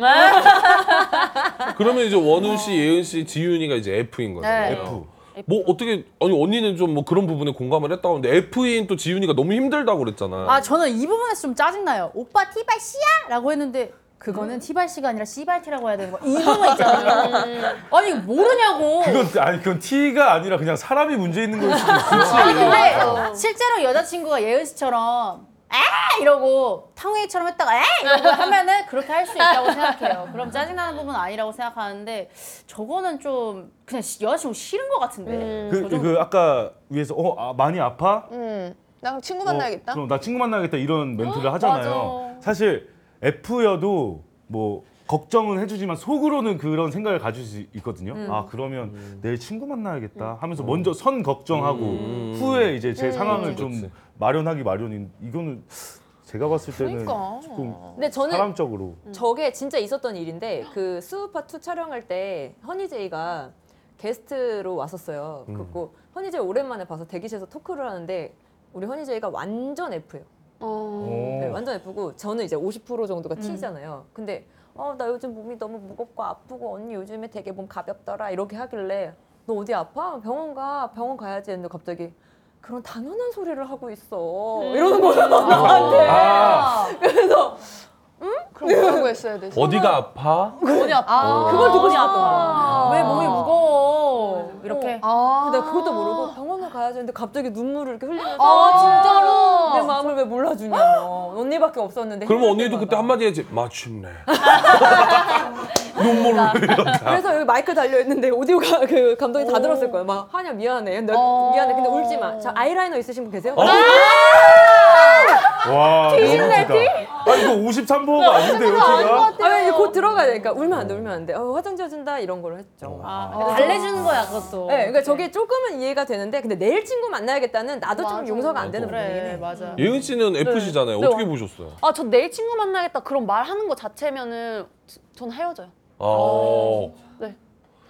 [SPEAKER 4] 그러면 이제 원우 씨, 예은 씨, 지윤이가 이제 F인 거잖아요.
[SPEAKER 6] F.
[SPEAKER 4] 뭐 어떻게 아니 언니는 좀 뭐 그런 부분에 공감을 했다고 하는데 F인 또 지윤이가 너무 힘들다고 그랬잖아.
[SPEAKER 2] 아 저는 이 부분에서 좀 짜증나요. 오빠 티발 씨야라고 했는데 그거는 티발 씨가 아니라 씨발 티라고 해야 되는 거. 이 부분 있잖아요. 아니 모르냐고.
[SPEAKER 6] 그건 아니 그건 T가 아니라 그냥 사람이 문제 있는 걸 수도 있어.
[SPEAKER 2] 아니 근데 실제로 여자친구가 예은 씨처럼 에 이러고 탕웨이처럼 했다가 에 이러고 하면은 그렇게 할 수 있다고 생각해요. 그럼 짜증나는 부분은 아니라고 생각하는데 저거는 좀 그냥 시- 여자친구 싫은 것 같은데.
[SPEAKER 6] 그, 그 아까 위에서 어 아, 많이 아파?
[SPEAKER 10] 음. 나 그럼 친구
[SPEAKER 6] 어,
[SPEAKER 10] 만나야겠다. 어,
[SPEAKER 6] 그럼 나 친구 만나야겠다 이런 멘트를 하잖아요. 사실 F여도 뭐 걱정은 해주지만 속으로는 그런 생각을 가질 수 있거든요.
[SPEAKER 10] 음.
[SPEAKER 6] 아 그러면
[SPEAKER 4] 음.
[SPEAKER 6] 내일 친구 만나야겠다 하면서 먼저 선 걱정하고 후에 이제
[SPEAKER 10] 음.
[SPEAKER 6] 제 상황을 좀
[SPEAKER 4] 음. 그치.
[SPEAKER 6] 마련하기 마련인 이거는 제가 봤을 때는
[SPEAKER 10] 그러니까. 음.
[SPEAKER 6] 조금
[SPEAKER 5] 근데 저는
[SPEAKER 6] 사람적으로
[SPEAKER 5] 저게 진짜 있었던 일인데 그 수우파 2 촬영할 때 허니제이가 게스트로 왔었어요. 그리고 허니제이 오랜만에 봐서 대기실에서 토크를 하는데 우리 허니제이가 완전 F예요. 네, 완전 F고 저는 이제 50% 정도가 T잖아요. 근데 어, 나 요즘 몸이 너무 무겁고 아프고 언니 요즘에 되게 몸 가볍더라 이렇게 하길래 너 어디 아파? 병원 가. 병원 가야지 했는데 갑자기 그런 당연한 소리를 하고 있어. 이러는 거예요. 나한테. 그래서
[SPEAKER 10] 음? 그럼 뭐라고 했어야 되지?
[SPEAKER 4] 아. 어디가 아파?
[SPEAKER 9] 돈이 아파.
[SPEAKER 5] 그걸 듣고
[SPEAKER 9] 돈이
[SPEAKER 5] 싶었구나.
[SPEAKER 9] 왜 몸이
[SPEAKER 8] 아.
[SPEAKER 9] 무거워? 이렇게.
[SPEAKER 8] 어.
[SPEAKER 10] 아.
[SPEAKER 5] 근데 내가 그것도 모르고 병원을 가야지 했는데 갑자기 눈물을 이렇게 흘리면서
[SPEAKER 9] 진짜로?
[SPEAKER 5] 내 마음을 왜 몰라주냐며 언니밖에 없었는데
[SPEAKER 4] 그러면
[SPEAKER 5] 힘들
[SPEAKER 4] 언니도
[SPEAKER 5] 때마다.
[SPEAKER 4] 그때 한마디 해야지. 마침내. 눈물을 흘렸다.
[SPEAKER 5] 그래서 여기 마이크 달려 있는데 오디오가 <laughs> 그 감독이 다 들었을 거예요. 막 하냐 미안해, 나 미안해. 근데 울지 마. 자 아이라이너 있으신 분 계세요?
[SPEAKER 6] 와 너무 웃기다. 아 이거 53%가 아닌데요 제가?
[SPEAKER 5] 아니 곧 들어가야 되니까 울면 안 돼, 울면 안 돼. 어, 화장 지워준다 이런 걸 했죠.
[SPEAKER 2] 어.
[SPEAKER 6] 아.
[SPEAKER 2] 달래주는 거야 그것도.
[SPEAKER 5] 네, 그러니까 저게 조금은 이해가 되는데 근데 내일 친구 만나야겠다는 나도 좀 용서가 안 되는 부분이긴
[SPEAKER 2] 그래
[SPEAKER 5] 해.
[SPEAKER 2] 네, 맞아.
[SPEAKER 4] 예은 씨는 F시잖아요.
[SPEAKER 8] 네,
[SPEAKER 4] 어떻게
[SPEAKER 8] 완-
[SPEAKER 4] 보셨어요?
[SPEAKER 8] 아 저 내일 친구 만나겠다 그런 말 하는 거 자체면은 전 헤어져요.
[SPEAKER 4] 어.
[SPEAKER 8] 네.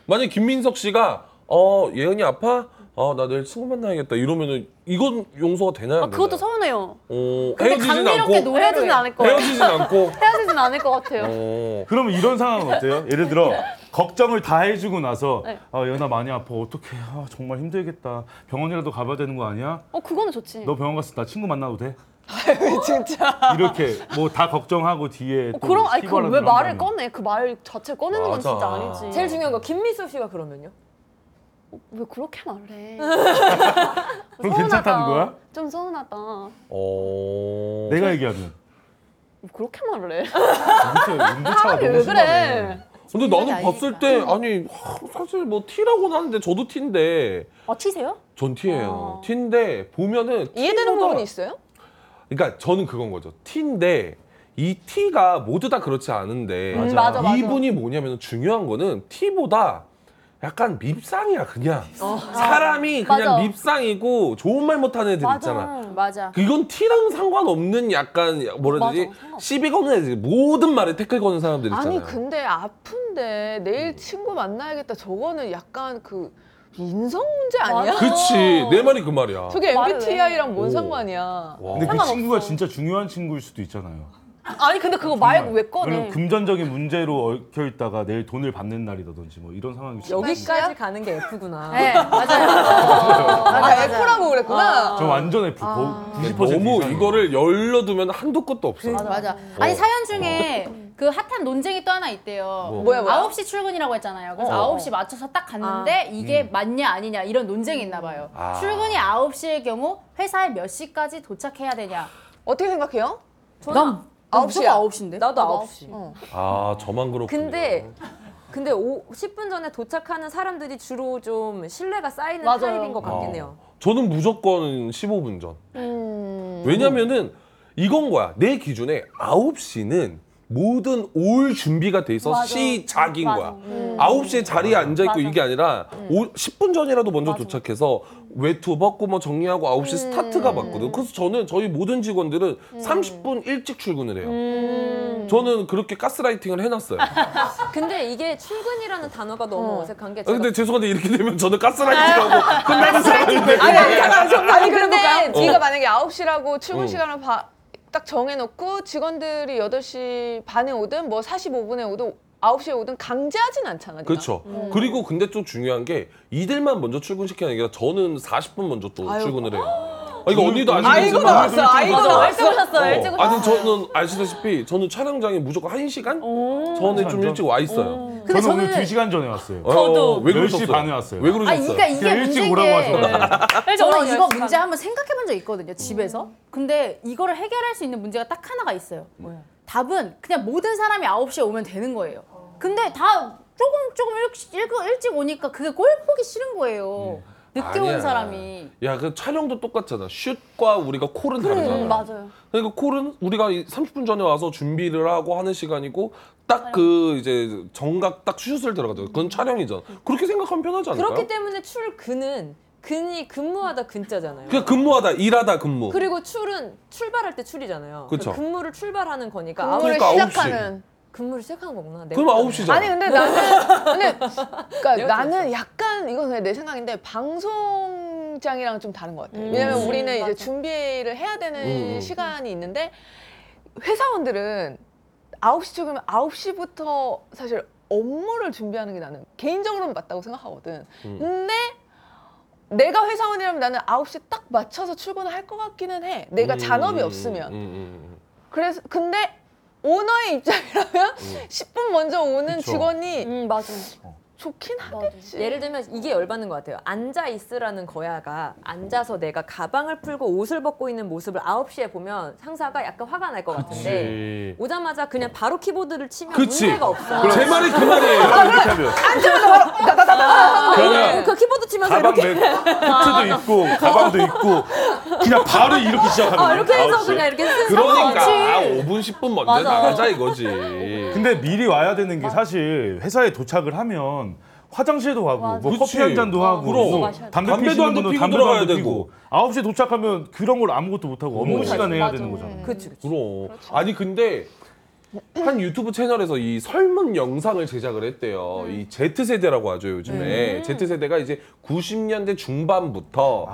[SPEAKER 4] 만약 김민석 씨가 어 예은이 아파? 어나 내일 친구 만나야겠다 이러면은 이건 용서가 되나요?
[SPEAKER 8] 아
[SPEAKER 4] 안
[SPEAKER 8] 그것도
[SPEAKER 4] 되나요?
[SPEAKER 8] 서운해요.
[SPEAKER 4] 어,
[SPEAKER 2] 근데
[SPEAKER 4] 헤어지진
[SPEAKER 2] 감미롭게
[SPEAKER 4] 않고
[SPEAKER 2] 노래를
[SPEAKER 8] 헤어지진
[SPEAKER 2] 해.
[SPEAKER 8] 않을 거예요. <laughs>
[SPEAKER 4] 헤어지진 않고.
[SPEAKER 8] 헤어지진 않을 것 같아요.
[SPEAKER 4] 어.
[SPEAKER 6] 그러면 이런 상황은 어때요?
[SPEAKER 8] <laughs>
[SPEAKER 6] 예를 들어
[SPEAKER 8] 네.
[SPEAKER 6] 걱정을 다 해주고 나서 아 연아 많이 아파 어떡해 아, 정말 힘들겠다 병원이라도 가봐야 되는 거 아니야?
[SPEAKER 8] 어 그거는 좋지.
[SPEAKER 6] 너 병원 갔을 때 나 친구
[SPEAKER 8] <laughs>
[SPEAKER 6] 만나도 돼?
[SPEAKER 10] 진짜.
[SPEAKER 6] 이렇게 뭐 다 걱정하고 뒤에
[SPEAKER 8] 어,
[SPEAKER 6] 또
[SPEAKER 8] 그럼 아니
[SPEAKER 6] 휘발하고
[SPEAKER 8] 그럼 왜
[SPEAKER 6] 그런
[SPEAKER 8] 말을
[SPEAKER 6] 거 아니야?
[SPEAKER 8] 꺼내? 그 말 자체 꺼내는 건
[SPEAKER 4] 맞아.
[SPEAKER 8] 진짜 아니지.
[SPEAKER 5] 제일 중요한 거 김미수 씨가 그러면요?
[SPEAKER 8] 왜 그렇게 말해?
[SPEAKER 6] 그럼 괜찮다는 거야?
[SPEAKER 8] 좀 서운하다. 네.
[SPEAKER 4] 어.
[SPEAKER 6] 내가 얘기하면.
[SPEAKER 8] 그렇게 말을 해? <laughs>
[SPEAKER 6] 눈치, 눈치차가 너무 심하네.
[SPEAKER 4] 근데 나는 봤을 때 아니 하, 사실 뭐 티라고는 하는데 저도 티인데
[SPEAKER 3] 아,
[SPEAKER 8] 어, 치세요?
[SPEAKER 4] 전
[SPEAKER 8] 어.
[SPEAKER 4] 티예요. 티인데 보면은
[SPEAKER 5] 이해되는
[SPEAKER 4] 티보다-
[SPEAKER 5] 부분이 있어요?
[SPEAKER 4] 그러니까 저는 그건 거죠. 티인데 이 티가 모두 다 그렇지 않은데
[SPEAKER 8] 음, 맞아, 맞아.
[SPEAKER 4] 이분이 뭐냐면 중요한 거는 티보다 약간 밉상이야 그냥 사람이 그냥
[SPEAKER 8] 어. 맞아.
[SPEAKER 4] 밉상이고 좋은 말 못하는 애들 있잖아.
[SPEAKER 5] 음,
[SPEAKER 8] 맞아.
[SPEAKER 7] 맞아.
[SPEAKER 4] 이건 티랑 상관없는 약간 뭐라 해야 되지
[SPEAKER 8] 맞아, 상관없어.
[SPEAKER 4] 시비 거는 애들 모든 말에 태클 거는 사람들 있잖아요. 음.
[SPEAKER 5] 아니 근데 아픈데 내일 친구 만나야겠다 저거는 약간 그 인성 문제 아니야?
[SPEAKER 4] 그치 내 말이 그 말이야.
[SPEAKER 5] <laughs> 저게
[SPEAKER 8] 말을
[SPEAKER 5] MBTI랑 뭔
[SPEAKER 4] 오.
[SPEAKER 5] 상관이야?
[SPEAKER 4] 와.
[SPEAKER 6] 근데 그 친구가 진짜 중요한 친구일 수도 있잖아요.
[SPEAKER 8] 아니 근데 그거 말고 왜
[SPEAKER 6] 그리고
[SPEAKER 8] 꺼내?
[SPEAKER 6] 금전적인 문제로 얽혀 있다가 내일 돈을 받는 날이라든지 뭐 이런 상황이 있을 수 있어요.
[SPEAKER 3] 여기까지 가는 게 F구나.
[SPEAKER 7] 네,
[SPEAKER 3] <laughs>
[SPEAKER 7] 맞아요.
[SPEAKER 5] 아, F라고
[SPEAKER 3] 어.
[SPEAKER 5] 그랬구나.
[SPEAKER 6] 저 완전 F
[SPEAKER 8] 아.
[SPEAKER 6] 거의 90%
[SPEAKER 4] 네, 너무
[SPEAKER 6] 이상이에요.
[SPEAKER 4] 이거를 열러두면 한도 끝도 없어.
[SPEAKER 7] 맞아. 아니 사연 중에
[SPEAKER 6] 어.
[SPEAKER 7] 그 핫한 논쟁이 또 하나 있대요.
[SPEAKER 5] 뭐야, 뭐야?
[SPEAKER 7] 9시 출근이라고 했잖아요. 그래서
[SPEAKER 6] 어.
[SPEAKER 7] 9시 맞춰서 딱 갔는데
[SPEAKER 6] 아.
[SPEAKER 7] 이게
[SPEAKER 6] 음.
[SPEAKER 7] 맞냐 아니냐 이런 논쟁이 있나 봐요.
[SPEAKER 4] 아.
[SPEAKER 7] 출근이 9시일 경우 회사에 몇 시까지 도착해야 되냐?
[SPEAKER 5] 어떻게 생각해요?
[SPEAKER 7] 난
[SPEAKER 5] 아홉 시야.
[SPEAKER 7] 무조건 9시인데.
[SPEAKER 3] 나도 9시.
[SPEAKER 4] 아 저만 그렇고.
[SPEAKER 3] 근데 근데 오, 10분 전에 도착하는 사람들이 주로 좀 신뢰가 쌓이는
[SPEAKER 8] 맞아요.
[SPEAKER 3] 타입인 것 같겠네요.
[SPEAKER 4] 저는 무조건 15분 전. 음. 왜냐면은 이건 거야. 내 기준에 9시는 모든 올 준비가 돼 있어 시작인 거야. 9시에 자리에 앉아 음. 있고 이게 아니라 오, 10분 전이라도 먼저 도착해서 외투 벗고 뭐 정리하고 9시 스타트가 맞거든. 그래서 저는 저희 모든 직원들은 30분 일찍 출근을 해요. 저는 그렇게 가스라이팅을 해놨어요.
[SPEAKER 3] 근데 이게 출근이라는 단어가 너무 어. 색한게
[SPEAKER 4] 아,
[SPEAKER 3] 제가
[SPEAKER 4] 근데 죄송한데 이렇게 되면 저는 가스라이팅하고 끝나는 사람인데.
[SPEAKER 5] 아니, 아니, 잠깐만, 잠깐만. 아니,
[SPEAKER 3] 그래볼까요? 어.
[SPEAKER 5] 근데 네가 만약에 9시라고 출근
[SPEAKER 4] 어.
[SPEAKER 5] 시간을 봐- 딱 정해놓고 직원들이 8시 반에 오든 뭐 45분에 오든 9시에 오든 강제하진 않잖아. 네가.
[SPEAKER 4] 그렇죠. 그리고 근데 또 중요한 게 이들만 먼저 출근시키는 게 아니라 저는 40분 먼저 또 출근을 해요. 아, 이거 언니도
[SPEAKER 5] 아이고
[SPEAKER 4] 아시겠지만
[SPEAKER 5] 나왔어, 아이고 나왔어.
[SPEAKER 8] 오셨어요. 일찍
[SPEAKER 4] 어, 아니 저는 아시다시피 저는 촬영장에 무조건 1시간 전에 좀
[SPEAKER 6] 완전.
[SPEAKER 4] 일찍 와 있어요.
[SPEAKER 6] 저는 오늘 2시간 전에 왔어요.
[SPEAKER 4] 어,
[SPEAKER 6] 저도.
[SPEAKER 4] 왜
[SPEAKER 6] 10시
[SPEAKER 4] 그러셨어요?
[SPEAKER 6] 반에 왔어요.
[SPEAKER 4] 왜
[SPEAKER 7] 아,
[SPEAKER 4] 그러셨어요?
[SPEAKER 7] 그러니까 이게 문제인
[SPEAKER 6] 그냥 일찍
[SPEAKER 7] 게
[SPEAKER 6] 오라고
[SPEAKER 4] 네.
[SPEAKER 6] 하셨어요.
[SPEAKER 7] 저는 이거 문제 한번 생각해 본 적 있거든요,
[SPEAKER 3] 음.
[SPEAKER 7] 집에서. 근데 이거를 해결할 수 있는 문제가 딱 하나가 있어요.
[SPEAKER 4] 음.
[SPEAKER 7] 답은 그냥 모든 사람이 9시에 오면 되는 거예요.
[SPEAKER 3] 어.
[SPEAKER 7] 근데 다 조금 조금 일찍, 일찍 오니까 그게 꼴 보기 싫은 거예요. 늦게
[SPEAKER 4] 음. 아니야.
[SPEAKER 7] 온 사람이.
[SPEAKER 4] 야, 그 촬영도 똑같잖아. 슛과 우리가 콜은
[SPEAKER 3] 음,
[SPEAKER 4] 다르잖아.
[SPEAKER 8] 맞아요.
[SPEAKER 4] 그러니까 콜은 우리가 이 30분 전에 와서 준비를 하고 하는 시간이고
[SPEAKER 3] 네.
[SPEAKER 4] 딱 그 이제 정각 딱 슛을 들어가죠. 그건 촬영이잖아. 그렇게 생각하면 편하지 않을까요?
[SPEAKER 3] 음. 그렇기 때문에 출근은 근이 근무하다 근자잖아요.
[SPEAKER 4] 그냥 근무하다 일하다 근무.
[SPEAKER 3] 그리고 출은 출발할 때 출이잖아요.
[SPEAKER 4] 그쵸.
[SPEAKER 3] 그러니까 근무를 출발하는 거니까
[SPEAKER 7] 음.
[SPEAKER 5] 근무를
[SPEAKER 4] 그러니까 아홉 시.
[SPEAKER 5] 시작하는.
[SPEAKER 3] 근무를 시작한 거구나. 네. 내가.
[SPEAKER 4] 그럼 9시잖아.
[SPEAKER 5] 아니 근데 나는 근데 그러니까
[SPEAKER 3] 내가
[SPEAKER 5] 나는 약간 이건 그냥 내 생각인데 방송장이랑 좀 다른 것
[SPEAKER 3] 음.
[SPEAKER 5] 같아요. 왜냐면 우리는 이제 준비를 해야 되는
[SPEAKER 4] 음, 음.
[SPEAKER 5] 시간이 있는데 회사원들은 9시 출근하면 9시부터 사실 업무를 준비하는 게 나는 개인적으로는 맞다고 생각하거든. 근데 내가 회사원이라면 나는 9시에 딱 맞춰서 출근을 할 것 같기는 해. 내가
[SPEAKER 4] 음,
[SPEAKER 5] 잔업이
[SPEAKER 4] 음,
[SPEAKER 5] 없으면.
[SPEAKER 4] 음, 음,
[SPEAKER 5] 그래서 근데 오너의 입장이라면
[SPEAKER 4] 음.
[SPEAKER 5] <laughs> 10분 먼저 오는
[SPEAKER 6] 그쵸.
[SPEAKER 5] 직원이
[SPEAKER 8] 음 맞아.
[SPEAKER 5] 좋긴 하겠지.
[SPEAKER 3] 예를 들면 이게 열받는 것 같아요. 앉아 있으라는 거야가 앉아서 내가 가방을 풀고 옷을 벗고 있는 모습을 9시에 보면 상사가 약간 화가 날 것
[SPEAKER 6] 네.
[SPEAKER 3] 같은데
[SPEAKER 2] 네.
[SPEAKER 4] 음.
[SPEAKER 3] 오자마자 그냥 바로 키보드를 치면
[SPEAKER 4] 그치.
[SPEAKER 3] 문제가 없어.
[SPEAKER 4] 제 말이 그 말이에요.
[SPEAKER 6] 이렇게 하면.
[SPEAKER 3] 그,
[SPEAKER 4] 그러면
[SPEAKER 3] 그 키보드 치면서
[SPEAKER 6] 가방
[SPEAKER 3] 이렇게
[SPEAKER 6] 맥, 코트도 입고, 가방도 입고, 그냥 바로 이렇게 시작하는 거예요.
[SPEAKER 3] 아, 이렇게 해서
[SPEAKER 6] 9시.
[SPEAKER 3] 그냥 이렇게 쓰는
[SPEAKER 4] 그러니까
[SPEAKER 3] 거지.
[SPEAKER 4] 아, 5분 10분 먼저 나가자 이거지.
[SPEAKER 6] 근데 미리 와야 되는 게 사실 회사에 도착을 하면 화장실도 가고 뭐
[SPEAKER 4] 그치.
[SPEAKER 6] 커피 한 잔도 하고
[SPEAKER 4] 그럼.
[SPEAKER 6] 뭐 담배
[SPEAKER 4] 담배도
[SPEAKER 6] 피시는
[SPEAKER 4] 한대
[SPEAKER 6] 분은
[SPEAKER 4] 피고
[SPEAKER 6] 담배도
[SPEAKER 4] 들어가야
[SPEAKER 6] 한대
[SPEAKER 4] 되고. 음.
[SPEAKER 6] 피고 9시에 도착하면 그런 걸 아무것도 못 하고 업무 시간에 해야 되는 거잖아요.
[SPEAKER 3] 그치, 그치.
[SPEAKER 4] 그럼. 아니 근데 한 유튜브 채널에서 이 설문 영상을 제작을 했대요. 이 Z 세대라고 하죠 요즘에. Z 세대가 이제 90년대 중반부터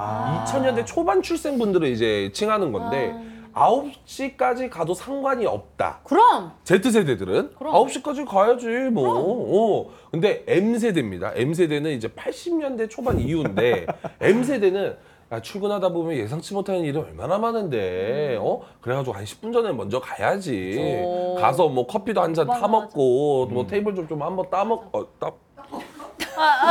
[SPEAKER 4] 2000년대 초반 출생분들을 이제 칭하는 건데. 아. 9시까지 가도 상관이 없다.
[SPEAKER 7] 그럼
[SPEAKER 4] Z세대들은 9시까지 가야지 뭐. 어. 근데 M세대입니다. M세대는 이제 80년대 초반 이후인데 M세대는 아, 출근하다 보면 예상치 못하는 일이 얼마나 많은데 어 그래가지고 한 10분 전에 먼저 가야지 가서 뭐 커피도 한 잔 타먹고 뭐 테이블 좀 좀 한번 따먹 어, 따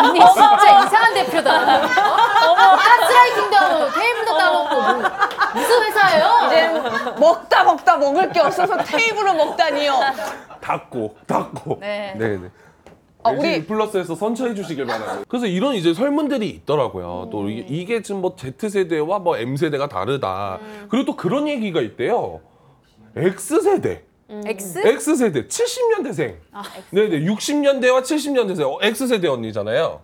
[SPEAKER 7] 언니 진짜 이상한 대표다. 어머 가스라이팅도 하고 테이블도 따먹고 뭐, 무슨 회사예요?
[SPEAKER 5] 이제 먹다 먹다 먹을 게 없어서 테이블로 먹다니요.
[SPEAKER 4] 닫고 닫고
[SPEAKER 2] 네.
[SPEAKER 4] 네네.
[SPEAKER 5] 아,
[SPEAKER 4] LG
[SPEAKER 5] 우리-
[SPEAKER 4] 플러스에서 선처해 주시길 바라고. 그래서 이런 이제 설문들이 있더라고요.
[SPEAKER 5] 음.
[SPEAKER 4] 또 이게, 이게 지금 뭐 Z 세대와 뭐 M 세대가 다르다.
[SPEAKER 5] 음.
[SPEAKER 4] 그리고 또 그런 얘기가 있대요. X 세대.
[SPEAKER 3] X?
[SPEAKER 5] 네?
[SPEAKER 4] X 세대 70년대생.
[SPEAKER 5] 아,
[SPEAKER 4] 네네 60년대와 70년대생 어, X 세대 언니잖아요.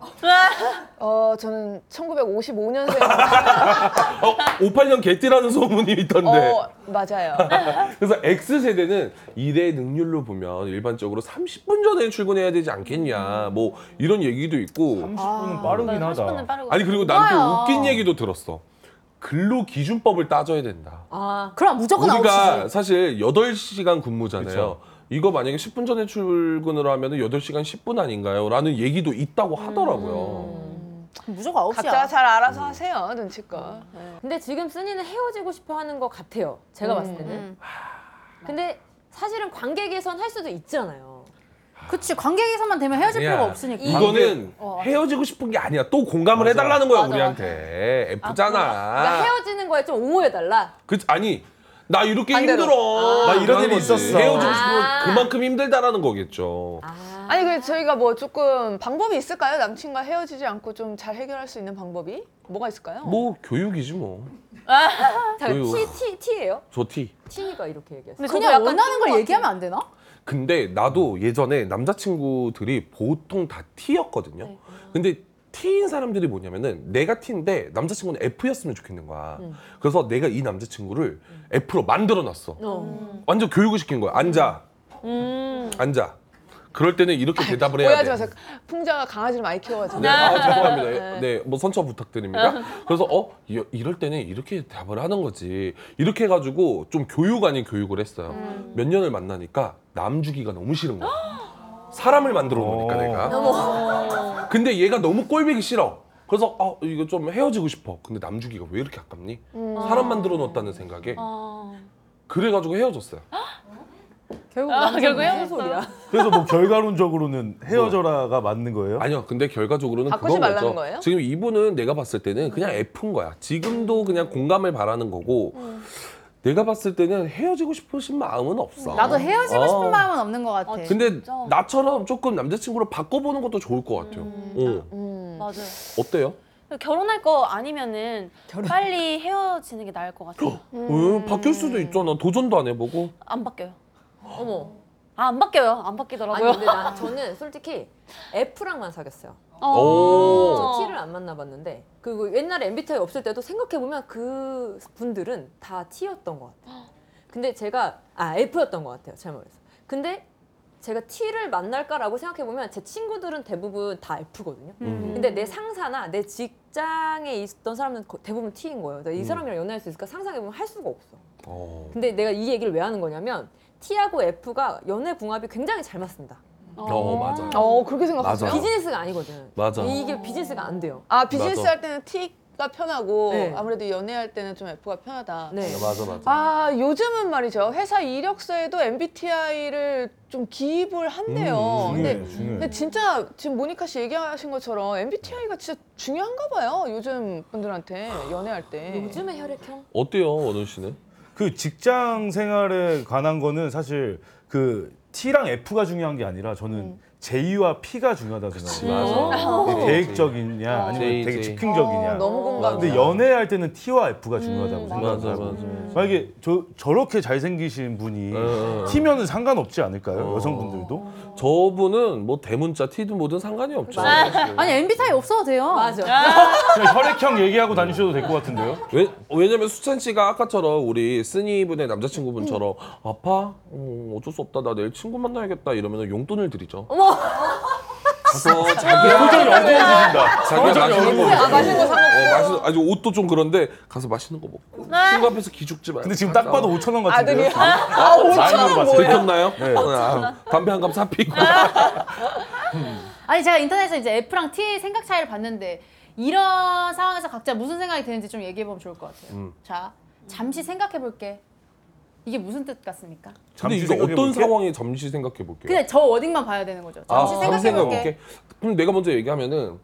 [SPEAKER 5] 어, 저는 <laughs> 1955년생.
[SPEAKER 4] 58년 어, 개띠라는 소문이 있던데.
[SPEAKER 5] 어, 맞아요.
[SPEAKER 4] 그래서 X 세대는 일의 능률로 보면 일반적으로 30분 전에 출근해야 되지 않겠냐. 뭐 이런 얘기도 있고.
[SPEAKER 6] 30분은 빠르긴 하다.
[SPEAKER 2] 빠르고.
[SPEAKER 4] 아니 그리고 난 또 웃긴 얘기도 들었어. 근로 기준법을 따져야 된다.
[SPEAKER 3] 아,
[SPEAKER 7] 그럼 무조건
[SPEAKER 4] 우리가
[SPEAKER 7] 아웃이지.
[SPEAKER 4] 사실 8시간 근무잖아요.
[SPEAKER 6] 그쵸.
[SPEAKER 4] 이거 만약에 10분 전에 출근을 하면 8시간 10분 아닌가요? 라는 얘기도 있다고 하더라고요.
[SPEAKER 2] 무조건 9시야.
[SPEAKER 5] 각자 잘 알아서 하세요, 눈치껏.
[SPEAKER 3] 근데 지금 쓴이는 헤어지고 싶어 하는 것 같아요.
[SPEAKER 8] 음,
[SPEAKER 3] 제가 봤을 때는. 근데 사실은 관계 개선 할 수도 있잖아요.
[SPEAKER 2] 그치 관객에서만 되면 헤어질
[SPEAKER 4] 아니야.
[SPEAKER 2] 필요가 없으니까.
[SPEAKER 4] 이거는 헤어지고 싶은 게 아니야. 또 공감을 해달라는 거야, 우리한테.
[SPEAKER 3] 그러니까
[SPEAKER 4] F잖아.
[SPEAKER 3] 헤어지는 거에 좀 옹호해달라.
[SPEAKER 4] 그, 아니, 나 이렇게
[SPEAKER 5] 반대로.
[SPEAKER 4] 힘들어.
[SPEAKER 6] 나 이런
[SPEAKER 4] 라는
[SPEAKER 6] 일이
[SPEAKER 4] 거지.
[SPEAKER 6] 있었어.
[SPEAKER 4] 헤어지고 싶으면
[SPEAKER 3] 아.
[SPEAKER 4] 그만큼 힘들다라는 거겠죠.
[SPEAKER 5] 아니, 그 저희가 뭐 조금 방법이 있을까요? 남친과 헤어지지 않고 좀 잘 해결할 수 있는 방법이? 뭐가 있을까요?
[SPEAKER 4] 뭐, 교육이지 뭐.
[SPEAKER 3] 잠깐,
[SPEAKER 4] 어이구.
[SPEAKER 3] T, T, T예요?
[SPEAKER 4] 좋티.
[SPEAKER 3] T가 이렇게 얘기했어요.
[SPEAKER 2] 근데 그냥 원하는 걸 얘기하면 안 되나?
[SPEAKER 4] 근데 나도 예전에 남자친구들이 보통 다 T였거든요. 근데 T인 사람들이 뭐냐면은 내가 T인데 남자친구는 F였으면 좋겠는 거야. 그래서 내가 이 남자친구를 F로 만들어놨어. 완전 교육을 시킨 거야. 앉아. 앉아. 그럴 때는 이렇게 대답을 해야
[SPEAKER 5] 오해하지
[SPEAKER 4] 돼.
[SPEAKER 5] 마세요. 풍자가 강아지를 많이 키워가지고.
[SPEAKER 4] 네, 아, 죄송합니다. 네, 뭐 선처 부탁드립니다. 그래서 어 이- 이럴 때는 이렇게 답을 하는 거지. 이렇게 해가지고 좀 교육 아닌 교육을 했어요. 몇 년을 만나니까 남 주기가 너무 싫은 거야. 사람을 만들어 놓으니까
[SPEAKER 6] 어.
[SPEAKER 4] 내가. 근데 얘가 너무 꼴보기 싫어. 그래서 어 이거 좀 헤어지고 싶어. 근데 남 주기가 왜 이렇게 아깝니? 사람 만들어 놓았다는 생각에. 어. 그래가지고 헤어졌어요.
[SPEAKER 3] 결국
[SPEAKER 7] 아,
[SPEAKER 3] 아, 결국
[SPEAKER 7] 결국
[SPEAKER 3] 무슨 소리야.
[SPEAKER 6] 그래서 뭐 결과론적으로는 헤어져라가 맞는 거예요?
[SPEAKER 4] 아니요, 근데 결과적으로는
[SPEAKER 5] 바꾸지
[SPEAKER 4] 그건
[SPEAKER 5] 말라는
[SPEAKER 4] 거죠.
[SPEAKER 5] 거예요?
[SPEAKER 4] 지금 이분은 내가 봤을 때는 그냥 F인 거야. 지금도 그냥 공감을 바라는 거고, 내가 봤을 때는 헤어지고 싶으신 마음은 없어.
[SPEAKER 2] 나도 헤어지고 싶은
[SPEAKER 4] 어.
[SPEAKER 2] 마음은 없는 것 같아.
[SPEAKER 4] 근데 나처럼 조금 남자친구를 바꿔보는 것도 좋을 것 같아요. 어.
[SPEAKER 5] 음.
[SPEAKER 8] 맞아요.
[SPEAKER 4] 어때요?
[SPEAKER 8] 결혼할 거 아니면은 빨리 헤어지는 게 나을 것 같아요.
[SPEAKER 4] 왜? 바뀔 수도 있잖아. 도전도 안 해보고.
[SPEAKER 8] 안 바뀌어요.
[SPEAKER 3] 어머.
[SPEAKER 8] 아, 안 바뀌어요. 안
[SPEAKER 3] 아니,
[SPEAKER 8] 바뀌더라고요.
[SPEAKER 3] 근데 나, 저는 솔직히 F랑만 사귀었어요. 저 T를 안 만나봤는데. 그리고 옛날에 MBTI 없을 때도 생각해보면 그 분들은 다 T였던 것 같아요. 근데 제가, 아, F였던 것 같아요. 잘못해서. 근데 제가 T를 만날까라고 생각해보면 제 친구들은 대부분 다 F거든요.
[SPEAKER 4] 음.
[SPEAKER 3] 근데 내 상사나 내 직장에 있던 사람은 거- 대부분 T인 거예요. 그래서 이 사람이랑 연애할 수 있을까 상상해보면 할 수가 없어.
[SPEAKER 4] 음. 어.
[SPEAKER 3] 근데 내가 이 얘기를 왜 하는 거냐면 T하고 F가 연애 궁합이 굉장히 잘 맞습니다.
[SPEAKER 4] 어, 맞아.
[SPEAKER 5] 어, 그렇게 생각하세요?
[SPEAKER 4] 맞아요.
[SPEAKER 3] 비즈니스가 아니거든.
[SPEAKER 4] 맞아.
[SPEAKER 3] 이게 비즈니스가 안 돼요.
[SPEAKER 5] 아, 비즈니스
[SPEAKER 4] 맞아.
[SPEAKER 5] 할 때는 T가 편하고,
[SPEAKER 3] 네.
[SPEAKER 5] 아무래도 연애할 때는 좀 F가 편하다.
[SPEAKER 3] 네.
[SPEAKER 4] 맞아, 맞아.
[SPEAKER 5] 아, 요즘은 말이죠. 회사 이력서에도 MBTI를 좀 기입을 한대요.
[SPEAKER 8] 어,
[SPEAKER 5] 근데,
[SPEAKER 6] 음, 중요해요, 중요해요.
[SPEAKER 5] 근데 진짜 지금 모니카 씨 얘기하신 것처럼 MBTI가 진짜 중요한가 봐요. 요즘 분들한테 연애할 때.
[SPEAKER 3] 요즘에 혈액형?
[SPEAKER 4] 어때요, 원훈 씨는?
[SPEAKER 6] 그 직장 생활에 관한 거는 사실 그 T랑 F가 중요한 게 아니라
[SPEAKER 5] 음.
[SPEAKER 6] 저는 J와 P가 중요하다
[SPEAKER 4] 어.
[SPEAKER 6] 생각해요. 이게 계획적이냐 아니면
[SPEAKER 4] J,
[SPEAKER 6] 되게
[SPEAKER 4] J.
[SPEAKER 5] 어,
[SPEAKER 6] 즉흥적이냐.
[SPEAKER 5] 너무 공감. 음,
[SPEAKER 6] 근데 연애할 때는 T와 F가 중요하다고
[SPEAKER 4] 맞아, 맞아.
[SPEAKER 6] 생각하고 만약에 저 저렇게 잘생기신 분이
[SPEAKER 4] 어.
[SPEAKER 6] T면은 상관없지 않을까요?
[SPEAKER 4] 어.
[SPEAKER 6] 여성분들도.
[SPEAKER 4] 저분은 뭐 대문자 T든 뭐든 상관이 없죠.
[SPEAKER 2] 아니 MBTI 없어도 돼요.
[SPEAKER 3] 맞아.
[SPEAKER 6] 그냥 혈액형 얘기하고 다니셔도 될 것 같은데요.
[SPEAKER 4] 왜, 왜냐면 수찬 씨가 아까처럼 우리 쓰니 분의 남자친구분처럼 아파? 어, 어쩔 수 없다. 나 내일 친구 만나야겠다. 이러면 용돈을 드리죠. 어머! <laughs> 가서
[SPEAKER 6] 표정이
[SPEAKER 4] 자기야,
[SPEAKER 6] 어두워지신다.
[SPEAKER 4] 자기야 맛있는 거 먹고.
[SPEAKER 5] 아, 맛있는
[SPEAKER 4] 어,
[SPEAKER 5] 거
[SPEAKER 4] 맛있는, 아니, 옷도 좀 그런데 가서 맛있는 거 먹고. 친구 앞에서 기죽지 말고.
[SPEAKER 6] 근데 지금 딱 봐도 5천 원 같은데요.
[SPEAKER 5] 아들이.
[SPEAKER 6] 지금?
[SPEAKER 5] 아, 5천 원
[SPEAKER 6] 봤어요.
[SPEAKER 5] 뭐예요?
[SPEAKER 4] 들켰나요? 네. 아, 담배 한 감 사피고.
[SPEAKER 2] 아니 제가 인터넷에서 이제 F랑 T 생각 차이를 봤는데 이런
[SPEAKER 6] 음.
[SPEAKER 2] 상황에서 각자 무슨 생각이 드는지 좀 얘기해 보면 좋을 것 같아요. 자 잠시 생각해 볼게. 이게 무슨 뜻 같습니까?
[SPEAKER 4] 근데
[SPEAKER 6] 잠시
[SPEAKER 4] 이거
[SPEAKER 6] 생각해볼게.
[SPEAKER 4] 어떤 상황에 잠시 생각해 볼게요.
[SPEAKER 2] 그냥 저 워딩만 봐야 되는 거죠.
[SPEAKER 6] 아,
[SPEAKER 4] 아,
[SPEAKER 2] 잠시 생각해 볼게.
[SPEAKER 4] 그럼 내가 먼저 얘기하면은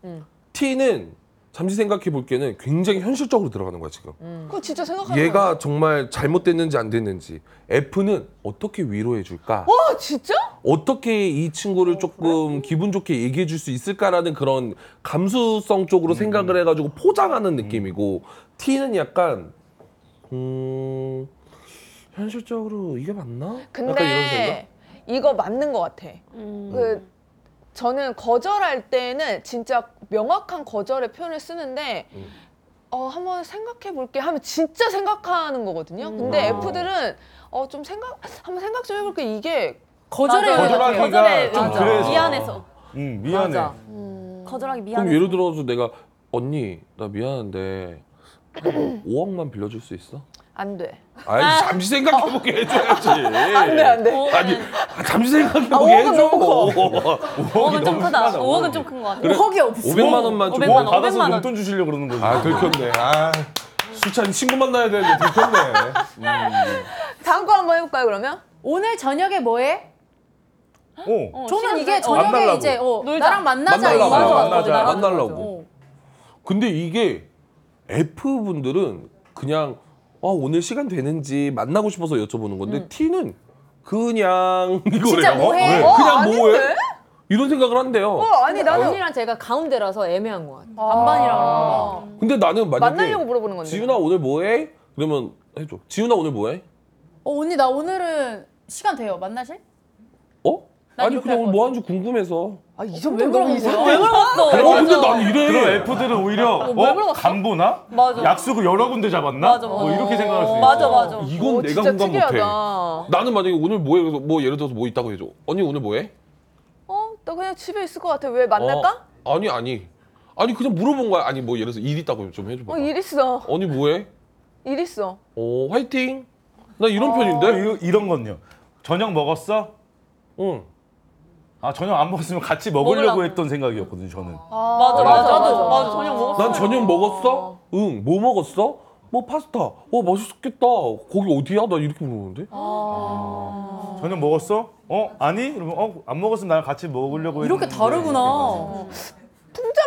[SPEAKER 4] T는 잠시 생각해 볼게는 굉장히 현실적으로 들어가는 거야 지금.
[SPEAKER 5] 그거 진짜 생각하는 거야.
[SPEAKER 4] 얘가 정말 잘못됐는지 안 됐는지 F는 어떻게 위로해 줄까?
[SPEAKER 5] 와 진짜?
[SPEAKER 4] 어떻게 이 친구를 조금 기분 좋게 얘기해 줄 수 있을까라는 그런 감수성 쪽으로 생각을 해가지고 포장하는 느낌이고 T는 약간 음 현실적으로 이게 맞나? 약간 이런 생각.
[SPEAKER 5] 근데 이거 맞는 것 같아. 그 저는 거절할 때는 진짜 명확한 거절의 표현을 쓰는데
[SPEAKER 4] 음.
[SPEAKER 5] 어 한번 생각해 볼게 하면 진짜 생각하는 거거든요. 근데
[SPEAKER 4] 아.
[SPEAKER 5] F들은 어 좀 생각 한번 생각 좀 해볼게 이게
[SPEAKER 7] 거절의
[SPEAKER 8] 맞아.
[SPEAKER 7] 의미가
[SPEAKER 6] 거절하기가
[SPEAKER 8] 거절의
[SPEAKER 6] 좀
[SPEAKER 8] 의미죠.
[SPEAKER 6] 그래서.
[SPEAKER 8] 미안해서
[SPEAKER 6] 음, 미안해.
[SPEAKER 3] 맞아.
[SPEAKER 8] 거절하기
[SPEAKER 4] 그럼
[SPEAKER 8] 미안해서.
[SPEAKER 4] 예를 들어서 내가 언니 나 미안한데
[SPEAKER 8] <clears throat>
[SPEAKER 4] 5억만 빌려줄 수 있어?
[SPEAKER 5] 안 돼.
[SPEAKER 4] 아니 잠시 생각해보게 해줘야지.
[SPEAKER 5] 안돼 안돼.
[SPEAKER 4] 아니 아, 잠시 생각해보게 해줘.
[SPEAKER 8] 오억은 좀 크다.
[SPEAKER 4] 음.
[SPEAKER 8] 5억은 좀 큰 것 같아.
[SPEAKER 7] 억이 없어.
[SPEAKER 4] 500만 원만 좀.
[SPEAKER 8] 500만 원,
[SPEAKER 6] 받아서
[SPEAKER 8] 500만 원.
[SPEAKER 6] 용돈 주시려고 그러는 거지.
[SPEAKER 4] 아 들켰네. 아 수찬 친구 만나야 되는데 들켰네.
[SPEAKER 5] 다음 거 한번 해볼까요 그러면?
[SPEAKER 2] 오늘 저녁에 뭐 해?
[SPEAKER 6] 어.
[SPEAKER 2] 저는 이게
[SPEAKER 6] 만나려고.
[SPEAKER 2] 저녁에 이제 어, 나랑 만나자.
[SPEAKER 4] 만나려고.
[SPEAKER 2] 이거죠.
[SPEAKER 6] 맞아, 맞아.
[SPEAKER 5] 어.
[SPEAKER 4] 만나려고. 근데 이게 F 분들은 그냥 아 오늘 시간 되는지 만나고 싶어서 여쭤보는 건데 T는 그냥 <laughs> 이거래요.
[SPEAKER 7] 진짜 뭐해?
[SPEAKER 4] 네.
[SPEAKER 5] 음. 어,
[SPEAKER 4] 그냥
[SPEAKER 5] 아닌데?
[SPEAKER 4] 뭐해? 이런 생각을 한대요.
[SPEAKER 5] 어 아니 나는
[SPEAKER 3] 언니랑 제가 가운데라서 애매한 것 같아요.
[SPEAKER 5] 반반이랑
[SPEAKER 4] 근데 나는 만약에
[SPEAKER 5] 만나려고 뭐 물어보는 건데.
[SPEAKER 4] 지훈아 오늘 뭐해? 그러면 해줘. 지훈아 오늘 뭐해?
[SPEAKER 2] 어, 언니 나 오늘은 시간 돼요. 만나실?
[SPEAKER 4] 어?
[SPEAKER 2] 난
[SPEAKER 4] 아니
[SPEAKER 2] 이렇게
[SPEAKER 4] 그냥
[SPEAKER 2] 할
[SPEAKER 4] 오늘 뭐 하는지 궁금해서.
[SPEAKER 5] 아이 정도 너무 이상해.
[SPEAKER 4] 어, 근데 난 이래.
[SPEAKER 6] 그럼 F들은 오히려 어? 간 보나?
[SPEAKER 8] 맞아.
[SPEAKER 6] 약속을 여러 군데 잡았나?
[SPEAKER 8] 맞아,
[SPEAKER 6] 뭐 이렇게 생각할 수 있어.
[SPEAKER 8] 맞아 맞아.
[SPEAKER 4] 이건
[SPEAKER 5] 어,
[SPEAKER 4] 내가
[SPEAKER 5] 진짜
[SPEAKER 4] 공감 못해.
[SPEAKER 5] 특이하다.
[SPEAKER 4] 나는 만약에 오늘 뭐해? 그래서 뭐 예를 들어서 뭐 있다고 해줘. 언니 오늘 뭐해?
[SPEAKER 5] 어, 나 그냥 집에 있을 것 같아. 왜 만날까?
[SPEAKER 4] 어, 아니 아니. 아니 그냥 물어본 거야. 아니 뭐 예를 들어서 일 있다고 좀 해줘봐.
[SPEAKER 5] 어, 일 있어.
[SPEAKER 4] 언니 뭐해?
[SPEAKER 5] 일 있어.
[SPEAKER 4] 어 화이팅. 나 이런 편인데.
[SPEAKER 6] 어, 이- 이런 건요. 저녁 먹었어?
[SPEAKER 4] 응.
[SPEAKER 6] 아 저녁 안 먹었으면 같이 먹으려고
[SPEAKER 8] 먹으려고.
[SPEAKER 6] 했던 생각이었거든요. 저는.
[SPEAKER 2] 어,
[SPEAKER 8] 맞아 맞아
[SPEAKER 5] 맞아,
[SPEAKER 8] 맞아.
[SPEAKER 5] 맞아.
[SPEAKER 8] 맞아. 저녁 먹었어.
[SPEAKER 4] 난 저녁 먹었어? 응. 뭐 먹었어? 뭐 파스타. 와 맛있겠다. 거기 어디야? 나 이렇게 물어보는데.
[SPEAKER 5] 아,
[SPEAKER 6] 저녁 먹었어? 어 아니? 그러면 어안 먹었으면 나랑 같이 먹으려고
[SPEAKER 7] 이렇게
[SPEAKER 6] 했는데.
[SPEAKER 7] 다르구나.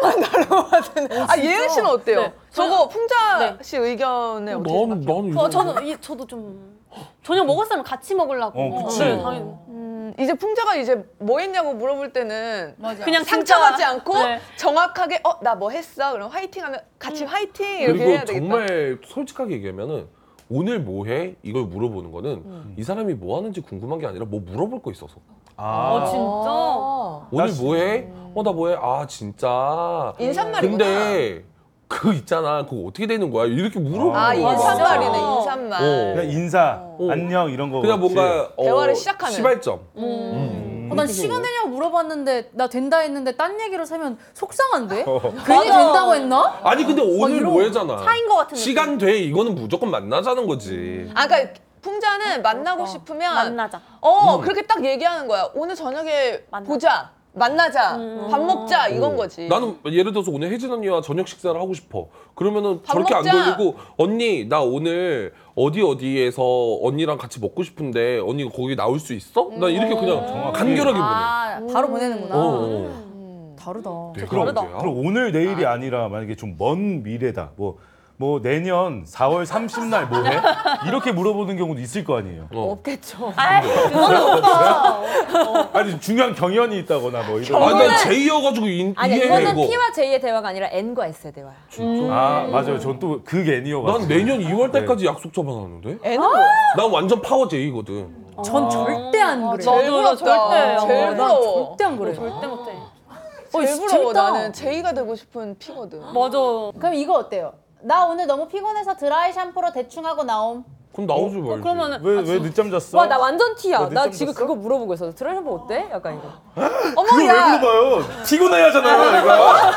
[SPEAKER 5] 아, 예은 씨는 어때요?
[SPEAKER 8] 네.
[SPEAKER 5] 저거 풍자 씨 의견에 어떻게
[SPEAKER 4] 나는
[SPEAKER 5] 생각해요?
[SPEAKER 4] 나는
[SPEAKER 8] 어,
[SPEAKER 4] 이런.
[SPEAKER 8] 저는 이, 저도 좀 저녁 먹었으면 같이 먹으려고.
[SPEAKER 6] 어, 그치.
[SPEAKER 8] 네, 당연히.
[SPEAKER 5] 음, 이제 풍자가 이제 뭐 했냐고 물어볼 때는
[SPEAKER 8] 그냥
[SPEAKER 5] 상처받지
[SPEAKER 8] 진짜.
[SPEAKER 5] 않고
[SPEAKER 8] 네. 음.
[SPEAKER 5] 정확하게 어, 나 뭐 했어? 그럼 화이팅 하면 같이 화이팅 이렇게 해야
[SPEAKER 4] 그리고
[SPEAKER 5] 되겠다.
[SPEAKER 4] 정말 솔직하게 얘기하면은 오늘 뭐해? 이걸 물어보는 거는
[SPEAKER 5] 음.
[SPEAKER 4] 이 사람이 뭐 하는지 궁금한 게 아니라 뭐 물어볼 거 있어서.
[SPEAKER 6] 아,
[SPEAKER 8] 진짜.
[SPEAKER 5] 아,
[SPEAKER 4] 오늘
[SPEAKER 6] 나 진-
[SPEAKER 4] 뭐해? 어 나 뭐해? 아 진짜.
[SPEAKER 5] 인사말이구나.
[SPEAKER 4] 근데 그 있잖아 그거 어떻게 되는 거야? 이렇게 물어보는
[SPEAKER 5] 아,
[SPEAKER 4] 거야.
[SPEAKER 5] 인사말이네.
[SPEAKER 8] 어.
[SPEAKER 5] 인사말.
[SPEAKER 4] 어.
[SPEAKER 6] 그냥 인사,
[SPEAKER 4] 어.
[SPEAKER 6] 안녕 이런 거.
[SPEAKER 4] 그냥 뭔가 어,
[SPEAKER 5] 대화를 시작하는.
[SPEAKER 4] 시발점.
[SPEAKER 2] 어, 난 시간 되냐고 물어봤는데 나 된다 했는데 딴 얘기로 사면 속상한데?
[SPEAKER 6] 어.
[SPEAKER 2] 괜히 된다고 했나?
[SPEAKER 4] 아니 근데 오늘
[SPEAKER 2] 이런
[SPEAKER 4] 뭐해잖아.
[SPEAKER 8] 차인 것 같은
[SPEAKER 4] 시간 돼 이거는 무조건 만나자는 거지.
[SPEAKER 5] 아, 그러니까 풍자는 만나고 싶으면
[SPEAKER 8] 어, 만나자.
[SPEAKER 5] 어
[SPEAKER 4] 음.
[SPEAKER 5] 그렇게 딱 얘기하는 거야. 오늘 저녁에
[SPEAKER 8] 만나자. 음.
[SPEAKER 5] 보자, 만나자, 밥 먹자 이건 거지.
[SPEAKER 4] 나는 예를 들어서 오늘 혜진 언니와 저녁 식사를 하고 싶어. 그러면은
[SPEAKER 5] 밥
[SPEAKER 4] 저렇게
[SPEAKER 5] 먹자.
[SPEAKER 4] 안 돌리고 언니 나 오늘 어디 어디에서 언니랑 같이 먹고 싶은데 언니 거기 나올 수 있어? 나 이렇게 그냥
[SPEAKER 6] 정확해.
[SPEAKER 4] 간결하게
[SPEAKER 2] 아, 바로 보내는구나.
[SPEAKER 4] 보내. 어, 어.
[SPEAKER 2] 다르다.
[SPEAKER 4] 그럼
[SPEAKER 6] 그럼 오늘 내일이 아니라 만약에 좀 먼 미래다. 뭐. 뭐 내년 4월 30날 뭐해? 이렇게 물어보는 경우도 있을 거 아니에요.
[SPEAKER 3] 없겠죠.
[SPEAKER 6] 아니 중요한 경연이 있다거나 뭐 이런.
[SPEAKER 4] 아, 난 제이여가지고 이-
[SPEAKER 3] 아니
[SPEAKER 4] 이해해
[SPEAKER 3] 이거는
[SPEAKER 4] 이거.
[SPEAKER 3] P와 J의 대화가 아니라 N과 S의 대화야.
[SPEAKER 6] 아 맞아요. 전 또그 애니어가.
[SPEAKER 4] 난 내년
[SPEAKER 6] 네.
[SPEAKER 4] 2월 때까지 약속 잡아놨는데.
[SPEAKER 5] 애는 뭐야?
[SPEAKER 8] 어,
[SPEAKER 4] 난 완전 파워 제이거든.
[SPEAKER 3] 아.
[SPEAKER 7] 전 절대 안 그래.
[SPEAKER 5] 제일 부럽다.
[SPEAKER 8] 절대.
[SPEAKER 5] 제일
[SPEAKER 8] 어,
[SPEAKER 5] 부러워.
[SPEAKER 7] 절대 안 그래.
[SPEAKER 3] 어,
[SPEAKER 8] 절대 못해.
[SPEAKER 5] 제일 부러워.
[SPEAKER 7] 재밌다.
[SPEAKER 5] 나는 제이가 되고 싶은 피거든.
[SPEAKER 8] 맞아.
[SPEAKER 2] 그럼 이거 어때요? 나 오늘 너무 피곤해서 드라이 샴푸로 대충 하고 나옴.
[SPEAKER 4] 그럼 나오지 말지.
[SPEAKER 8] 그러면은
[SPEAKER 6] 왜왜 늦잠 잤어?
[SPEAKER 3] 와 나 완전 T야.
[SPEAKER 6] 늦잠
[SPEAKER 3] 나 지금
[SPEAKER 6] 잤어?
[SPEAKER 3] 그거 물어보고 있어. 드라이 샴푸 어때? 약간 이거.
[SPEAKER 6] 그걸 왜 물어봐요? 피곤해야 하잖아요, 내가.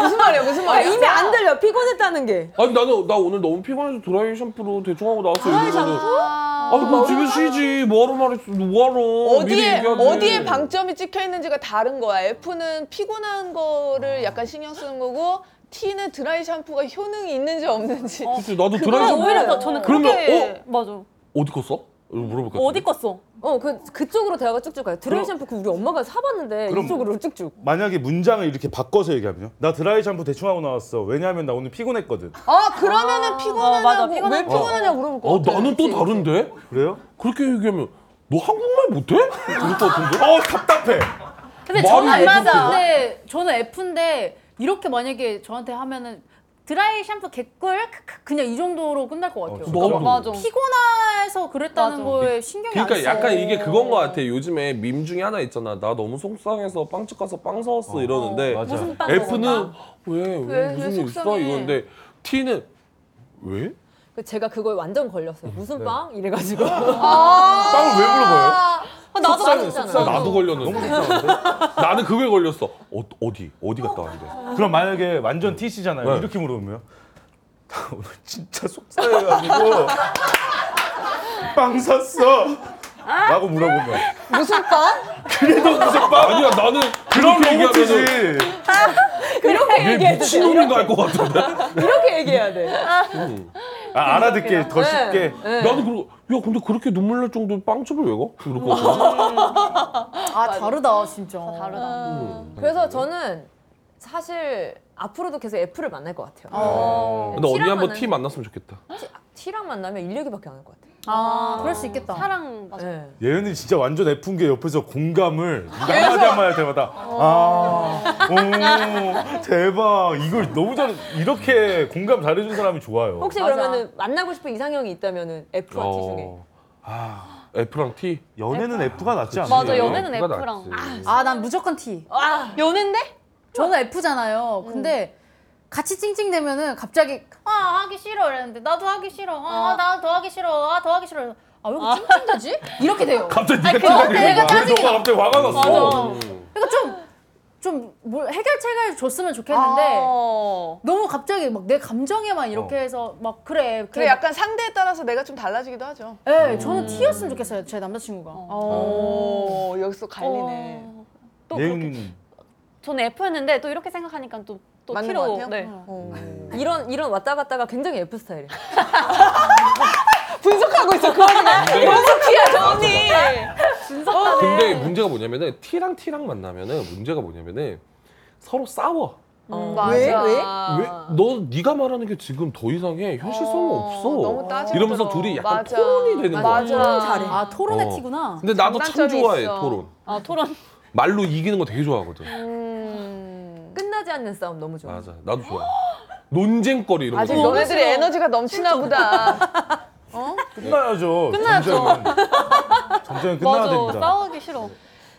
[SPEAKER 5] 무슨 말이야? 무슨
[SPEAKER 3] 아,
[SPEAKER 5] 말이야?
[SPEAKER 3] 이미 안 들려. 피곤했다는 게.
[SPEAKER 4] 아니 나는 나 오늘 너무 피곤해서 드라이 샴푸로 대충 하고 나왔어. 드라이 샴푸. 아, 그럼 집에 쉬지. 뭐하러 말했어? 뭐하러? 미리
[SPEAKER 5] 어디에
[SPEAKER 4] 얘기하지.
[SPEAKER 5] 어디에 방점이 찍혀 있는지가 다른 거야. F는 피곤한
[SPEAKER 4] 아.
[SPEAKER 5] 거를 약간 신경 쓰는 거고 T는 드라이 샴푸가 효능이 있는지 없는지.
[SPEAKER 3] 아,
[SPEAKER 4] 그치, 나도 드라이 샴푸.
[SPEAKER 8] 오히려 더 저는
[SPEAKER 4] 그러면 어?
[SPEAKER 8] 그게 맞아.
[SPEAKER 4] 어디 거 써? 이러고 물어볼 것 같아.
[SPEAKER 8] 어디 거 써?
[SPEAKER 3] 어, 그, 그쪽으로 대화가 쭉쭉 가요. 드라이 샴푸 그 우리 엄마가 사봤는데
[SPEAKER 6] 그럼-
[SPEAKER 3] 이쪽으로 쭉쭉.
[SPEAKER 6] 만약에 문장을 이렇게 바꿔서 얘기하면요. 나 드라이 샴푸 대충 하고 나왔어. 왜냐하면 나 오늘 피곤했거든.
[SPEAKER 5] 아 그러면은 피곤하냐고
[SPEAKER 3] 맞아,
[SPEAKER 5] 왜
[SPEAKER 3] 피곤하냐고.
[SPEAKER 5] 피곤하냐고 물어볼 것
[SPEAKER 4] 어,
[SPEAKER 5] 같아.
[SPEAKER 4] 나는 또 다른데?
[SPEAKER 6] 그래요?
[SPEAKER 4] 그렇게 얘기하면 너 한국말 못해? 그럴 것 같은데?
[SPEAKER 6] 어 답답해.
[SPEAKER 2] 근데 저는
[SPEAKER 4] 말이 왜
[SPEAKER 2] F인데
[SPEAKER 4] 그렇게
[SPEAKER 2] 저는 F인데 이렇게 만약에 저한테 하면은 드라이 샴푸 개꿀 크크, 그냥 이 정도로 끝날 것 같아요.
[SPEAKER 4] 너무
[SPEAKER 5] 맞아.
[SPEAKER 2] 피곤해서 그랬다는 거에 신경이
[SPEAKER 4] 그러니까
[SPEAKER 2] 안 써.
[SPEAKER 4] 약간 이게 그건 것 같아. 요즘에 밈 중에 하나 있잖아. 나 너무 속상해서 빵집 가서 빵 사왔어 이러는데
[SPEAKER 6] 맞아.
[SPEAKER 4] F는 왜, 왜,
[SPEAKER 5] 왜
[SPEAKER 4] 무슨 일 있어
[SPEAKER 5] 속상해?
[SPEAKER 4] 이건데 T는 왜?
[SPEAKER 3] 그 제가 그걸 완전 걸렸어요. 무슨 빵? 이래가지고.
[SPEAKER 6] 빵을 왜 물어봐요?
[SPEAKER 3] 아, 나도
[SPEAKER 4] 속상해,
[SPEAKER 3] 맞았잖아.
[SPEAKER 4] 속상해. 나도 걸렸는데. <laughs> 나는 그게 걸렸어. 어, 어디? 어디 갔다 왔는데?
[SPEAKER 6] 그럼 만약에 완전 TC잖아요.
[SPEAKER 4] 네.
[SPEAKER 6] 이렇게 물어보면 나 오늘 <laughs> 진짜 속상해가지고 빵 샀어. 라고 물어보면
[SPEAKER 5] 무슨 빵?
[SPEAKER 6] 그래도 무슨 빵?
[SPEAKER 4] 아니야 나는
[SPEAKER 6] 그런
[SPEAKER 4] 그렇게 얘기하면은
[SPEAKER 6] 로봇이지.
[SPEAKER 3] 그렇게
[SPEAKER 4] 얘
[SPEAKER 3] 얘기해야 돼.
[SPEAKER 4] 미친놈인 거 알 것 같은데?
[SPEAKER 3] 이렇게 얘기해야 돼.
[SPEAKER 6] 아, 알아듣게 더 쉽게.
[SPEAKER 4] 나는 그러고 야 근데 그렇게 눈물 날 정도로 빵집을 왜 가? 이럴 것 같아.
[SPEAKER 2] 아 다르다 진짜. 아,
[SPEAKER 8] 다르다.
[SPEAKER 3] 그래서 저는 사실 앞으로도 계속 F를 만날 것 같아요.
[SPEAKER 4] 근데 언니
[SPEAKER 3] 티랑
[SPEAKER 4] 한번
[SPEAKER 3] 만나는-
[SPEAKER 4] T 만났으면 좋겠다.
[SPEAKER 3] 티- T랑 만나면 인력이밖에 안 할 것 같아요.
[SPEAKER 2] 아 그럴 수 있겠다.
[SPEAKER 8] 사랑 맞아.
[SPEAKER 3] 네.
[SPEAKER 6] 예은이 진짜 완전 F인 게 옆에서 공감을 누가 한마디 한마디 대마다 아, 오, 대박. 이걸 너무 잘, 이렇게 공감 잘해준 사람이 좋아요.
[SPEAKER 3] 혹시
[SPEAKER 8] 맞아.
[SPEAKER 3] 그러면은 만나고 싶은 이상형이 있다면은 F와
[SPEAKER 4] 어.
[SPEAKER 3] T 중에.
[SPEAKER 6] 아,
[SPEAKER 4] F랑 T.
[SPEAKER 6] 연애는 F가 낫지 않나요?
[SPEAKER 8] 맞아, 연애는
[SPEAKER 4] 그거
[SPEAKER 8] F랑.
[SPEAKER 4] 낫지.
[SPEAKER 2] 아 난 무조건 T.
[SPEAKER 8] 연인데?
[SPEAKER 2] 저는 F잖아요. 근데 같이 찡찡대면은 갑자기 아 하기 싫어 이랬는데 나도 하기 싫어. 아나 더 하기 싫어. 아더 하기 싫어. 아왜 이렇게 찡찡대지? 이렇게 돼요.
[SPEAKER 4] 갑자기 네가
[SPEAKER 2] 그거
[SPEAKER 4] 생각이
[SPEAKER 2] 내가
[SPEAKER 4] 나.
[SPEAKER 2] 짜증이
[SPEAKER 6] 너가 갑자기 화가 났어.
[SPEAKER 2] 그러니까 좀좀뭘 해결책을 줬으면 좋겠는데
[SPEAKER 8] 아.
[SPEAKER 5] 어.
[SPEAKER 2] 너무 갑자기 막 내 감정에만
[SPEAKER 4] 어.
[SPEAKER 2] 이렇게 해서 막 그래.
[SPEAKER 5] 그래
[SPEAKER 2] 그래 약.
[SPEAKER 5] 약간 상대에 따라서 내가 좀 달라지기도 하죠.
[SPEAKER 4] 음.
[SPEAKER 2] 네, 저는 T였으면 좋겠어요. 제 남자친구가.
[SPEAKER 5] 어, 여기서 갈리네.
[SPEAKER 8] 또 그렇게.
[SPEAKER 6] 예은
[SPEAKER 8] 저는 F였는데 또 이렇게 생각하니까 또, 또
[SPEAKER 5] 맞는
[SPEAKER 8] T로.
[SPEAKER 5] 것 같아요?
[SPEAKER 8] 네.
[SPEAKER 5] 어.
[SPEAKER 3] 음.
[SPEAKER 4] 음.
[SPEAKER 3] 이런 이런 왔다 갔다가 굉장히 F
[SPEAKER 8] <laughs>
[SPEAKER 3] 스타일이에요.
[SPEAKER 5] 분석하고 있어 그 와중에. 너무 티야
[SPEAKER 8] 아,
[SPEAKER 5] 저 언니.
[SPEAKER 4] 아,
[SPEAKER 5] 네.
[SPEAKER 4] 근데 문제가 뭐냐면은 T랑 T랑 만나면은 문제가 뭐냐면은 서로 싸워.
[SPEAKER 8] 음,
[SPEAKER 3] 어.
[SPEAKER 5] 왜? 왜?
[SPEAKER 4] 왜 너 네가 말하는 게 지금 더 이상해 현실성이
[SPEAKER 5] 아. 어,
[SPEAKER 4] 없어.
[SPEAKER 5] 너무 따지고
[SPEAKER 4] 이러면서
[SPEAKER 5] 들어.
[SPEAKER 4] 둘이 약간
[SPEAKER 5] 맞아.
[SPEAKER 4] 토론이 되는 거야.
[SPEAKER 5] 맞아. 잘해.
[SPEAKER 2] 아 토론의
[SPEAKER 4] 어.
[SPEAKER 2] T구나.
[SPEAKER 4] 근데 나도 참
[SPEAKER 5] 장단점이
[SPEAKER 4] 좋아해
[SPEAKER 5] 있어. 음.
[SPEAKER 4] 토론.
[SPEAKER 8] 아, 토론.
[SPEAKER 4] 말로 이기는 거 되게 좋아하거든.
[SPEAKER 3] 끝나지 않는 싸움 너무 좋아.
[SPEAKER 4] 맞아. 나도 좋아. 논쟁거리 이런 거.
[SPEAKER 5] 아직
[SPEAKER 4] 되게 좋아해.
[SPEAKER 5] 너네들이 에너지가 넘치나 보다. <laughs>
[SPEAKER 6] 끝나야죠. 끝나야죠. 전쟁은 끝나야
[SPEAKER 8] 맞아.
[SPEAKER 6] 됩니다.
[SPEAKER 8] 싸우기 싫어.